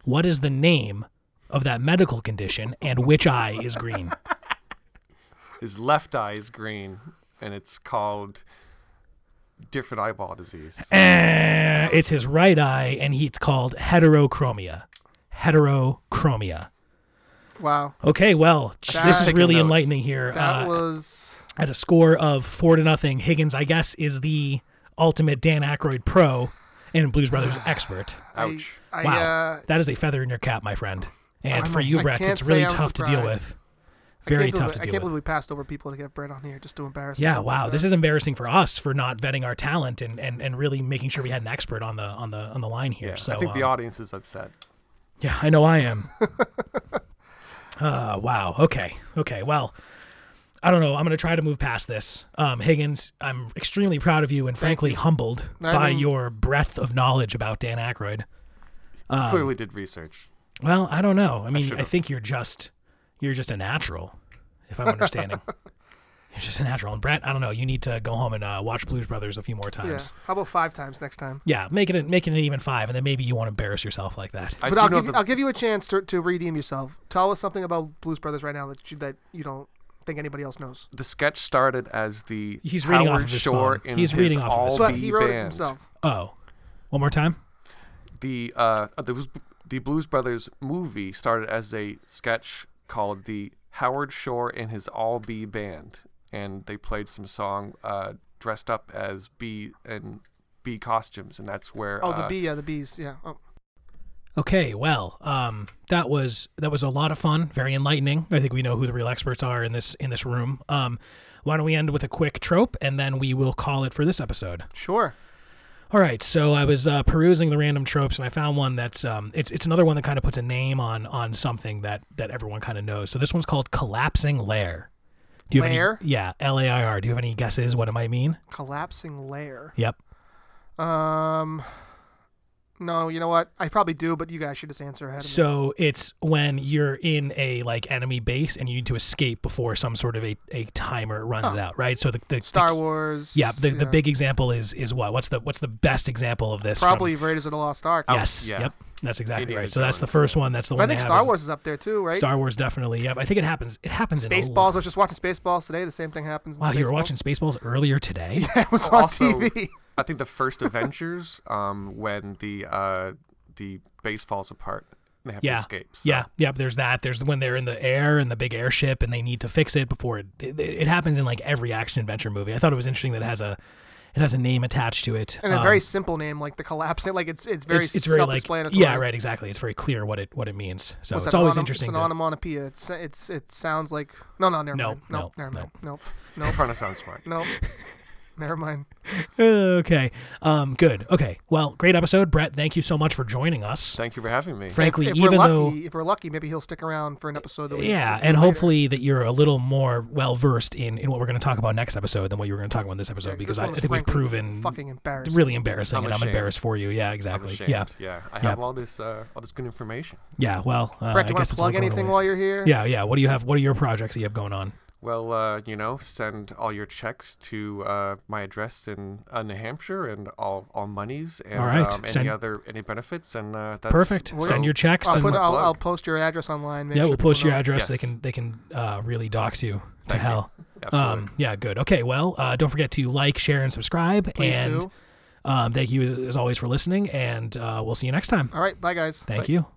S1: What is the name of that medical condition and which eye is green?
S3: His left eye is green, and it's called different eyeball disease.
S1: Eh, it's his right eye, and he's called heterochromia. Heterochromia.
S2: wow.
S1: Okay, well, sh- this is
S3: Taking
S1: really
S3: notes.
S1: enlightening here.
S2: That
S1: Uh,
S2: was
S1: at a score of four to nothing, Higgins, I guess, is the ultimate Dan Aykroyd pro and Blues Brothers expert.
S3: Ouch.
S2: I, I,
S1: Wow,
S2: uh,
S1: that is, a feather in your cap, my friend. And
S2: I'm
S1: for
S2: a-
S1: you,
S2: I
S1: Brett,
S2: can't
S1: it's really
S2: say I'm
S1: tough to deal
S2: surprised.
S1: with. Very
S2: can't believe-
S1: tough to
S2: I can't
S1: deal
S2: believe
S1: with.
S2: we passed over people to get Brett on here just to embarrass.
S1: Yeah,
S2: myself like
S1: wow,
S2: that.
S1: this is embarrassing for us for not vetting our talent and, and, and really making sure we had an expert on the on the on the line here.
S3: Yeah,
S1: so
S3: I think the
S1: um,
S3: audience is upset.
S1: yeah, I know I am. uh, wow. Okay. Okay. Well, I don't know. I'm gonna try to move past this. Um, Higgins, I'm extremely proud of you and frankly humbled
S2: I
S1: by
S2: mean-
S1: your breadth of knowledge about Dan Aykroyd. um,
S3: Clearly did research.
S1: Well, I don't know. I mean, I,
S3: should've.
S1: think you're just you're just a natural, if I'm understanding. you're just a natural. And Brett, I don't know. You need to go home and uh, watch Blues Brothers a few more
S2: Yeah.
S1: times.
S2: How about five times next time?
S1: Yeah, make it a, make it an even five, and then maybe you won't embarrass yourself like that.
S3: I
S2: but
S3: do
S2: I'll
S3: know
S2: give, you,
S3: the-
S2: I'll give you a chance to, to redeem yourself. Tell us something about Blues Brothers right now that you, that you don't think anybody else knows.
S3: the sketch started as the
S1: He's
S3: Howard
S1: reading off of his
S3: Shore
S1: phone.
S3: in
S1: He's
S3: his
S1: reading off of his
S3: all
S1: phone.
S2: But
S3: B
S2: he wrote
S3: band.
S2: it himself.
S1: oh, one more time.
S3: The uh, the Blues- the Blues Brothers movie started as a sketch called the Howard Shore and his all B band, and they played some song uh, dressed up as B and B costumes, and that's where
S2: Oh, the
S3: uh,
S2: bee, yeah, the bees, yeah. Oh,
S1: Okay, well, um, that was that was a lot of fun, very enlightening. I think we know who the real experts are in this in this room. Um, why don't we end with a quick trope, and then we will call it for this episode.
S2: sure.
S1: All right, so I was uh, perusing the random tropes, and I found one that's um, it's it's another one that kind of puts a name on on something that that everyone kind of knows. So this one's called collapsing lair. Do you have
S2: Lair?
S1: Any, yeah, L A I R. Do you have any guesses what it might mean?
S2: Collapsing lair.
S1: Yep.
S2: Um, no, you know what? I probably do, but you guys should just answer ahead of me.
S1: So it's when you're in a like enemy base and you need to escape before some sort of a, a timer runs
S2: Oh.
S1: out, right? So the, the
S2: Star
S1: the-
S2: Wars.
S1: Yeah, the, the big example is is what? What's the what's the best example of this? from-
S2: Probably Raiders of the Lost Ark.
S1: yes.
S3: yeah.
S1: Yep. That's exactly
S3: Indiana
S1: right. So that's the
S3: Jones.
S1: first one. That's the
S2: But
S1: one.
S2: I think
S1: they have
S2: Star
S1: is-
S2: Wars is up there too, right?
S1: Star Wars definitely. Yep. I think it happens. It happens in a
S2: Spaceballs. I was just watching Spaceballs today. The same thing happens. In
S1: oh. Wow, you were
S2: Spaceballs.
S1: watching Spaceballs earlier today.
S2: it was
S3: Oh,
S2: on
S3: also-
S2: TV.
S3: I think the first Avengers, um, when the uh, the base falls apart, and they have
S1: Yeah.
S3: to escape. so-
S1: Yeah, yep. There's that. There's when they're in the air and the big airship, and they need to fix it before it. It, it happens in like every action adventure movie. I thought it was interesting that it has a, it has a name attached to it.
S2: And a
S1: Um,
S2: very simple name like the collapse. Like it's it's very
S1: it's, it's very like
S2: self-explanatory.
S1: yeah, right, exactly. It's very clear what it what it means. So
S2: What's
S1: it's
S2: that
S1: always
S2: onom-
S1: interesting.
S2: It's an
S1: to-
S2: onomatopoeia. It's it's it sounds like no no never
S1: No,
S2: mind no
S1: no,
S2: never
S1: no.
S2: mind no
S3: I'm
S2: no
S3: trying to sound smart.
S2: no never mind.
S1: okay, um, good. Okay, well, great episode, Brett. Thank you so much for joining us.
S3: Thank you for having me.
S1: Frankly,
S2: if, if
S1: even
S2: we're lucky,
S1: though
S2: if we're lucky, maybe he'll stick around for an episode. That we,
S1: yeah
S2: we do
S1: and
S2: later.
S1: hopefully that you're a little more well versed in in what we're going to talk about next episode than what you were going to talk about in this episode
S2: Yeah,
S1: because I,
S2: this
S1: I
S2: one was
S1: think we've
S2: frankly
S1: proven
S2: fucking embarrassing.
S1: really embarrassing
S3: I'm
S1: and i'm
S3: ashamed.
S1: embarrassed for you yeah
S3: I'm
S1: exactly
S3: ashamed.
S1: yeah
S3: yeah. I
S1: Yeah.
S3: have all this uh, all this good information.
S1: yeah well uh,
S2: Brett, do
S1: i
S2: you want
S1: guess it's
S2: to
S1: all
S2: plug
S1: going
S2: anything
S1: away.
S2: while you're here?
S1: yeah yeah what do you have what are your projects that you have going on
S3: Well, uh, you know, send all your checks to uh, my address in uh, New Hampshire and all all monies and
S1: All right.
S3: um, any
S1: Send-
S3: other any benefits and uh, that's
S1: perfect
S2: Well,
S1: send your checks
S2: I'll,
S1: and
S2: put,
S3: my
S2: I'll,
S3: plug.
S2: I'll post your address online. make
S1: yeah
S2: sure
S1: we'll post
S2: people
S1: your
S2: know.
S1: address they
S3: Yes.
S1: can they can uh, really dox you to
S3: Thank you.
S1: hell
S3: Absolutely.
S1: um yeah good okay well uh, don't forget to like share and subscribe
S2: Please
S1: and
S2: do.
S1: um thank you as, as always for listening and uh, we'll see you next time
S2: All right, bye guys.
S1: thank you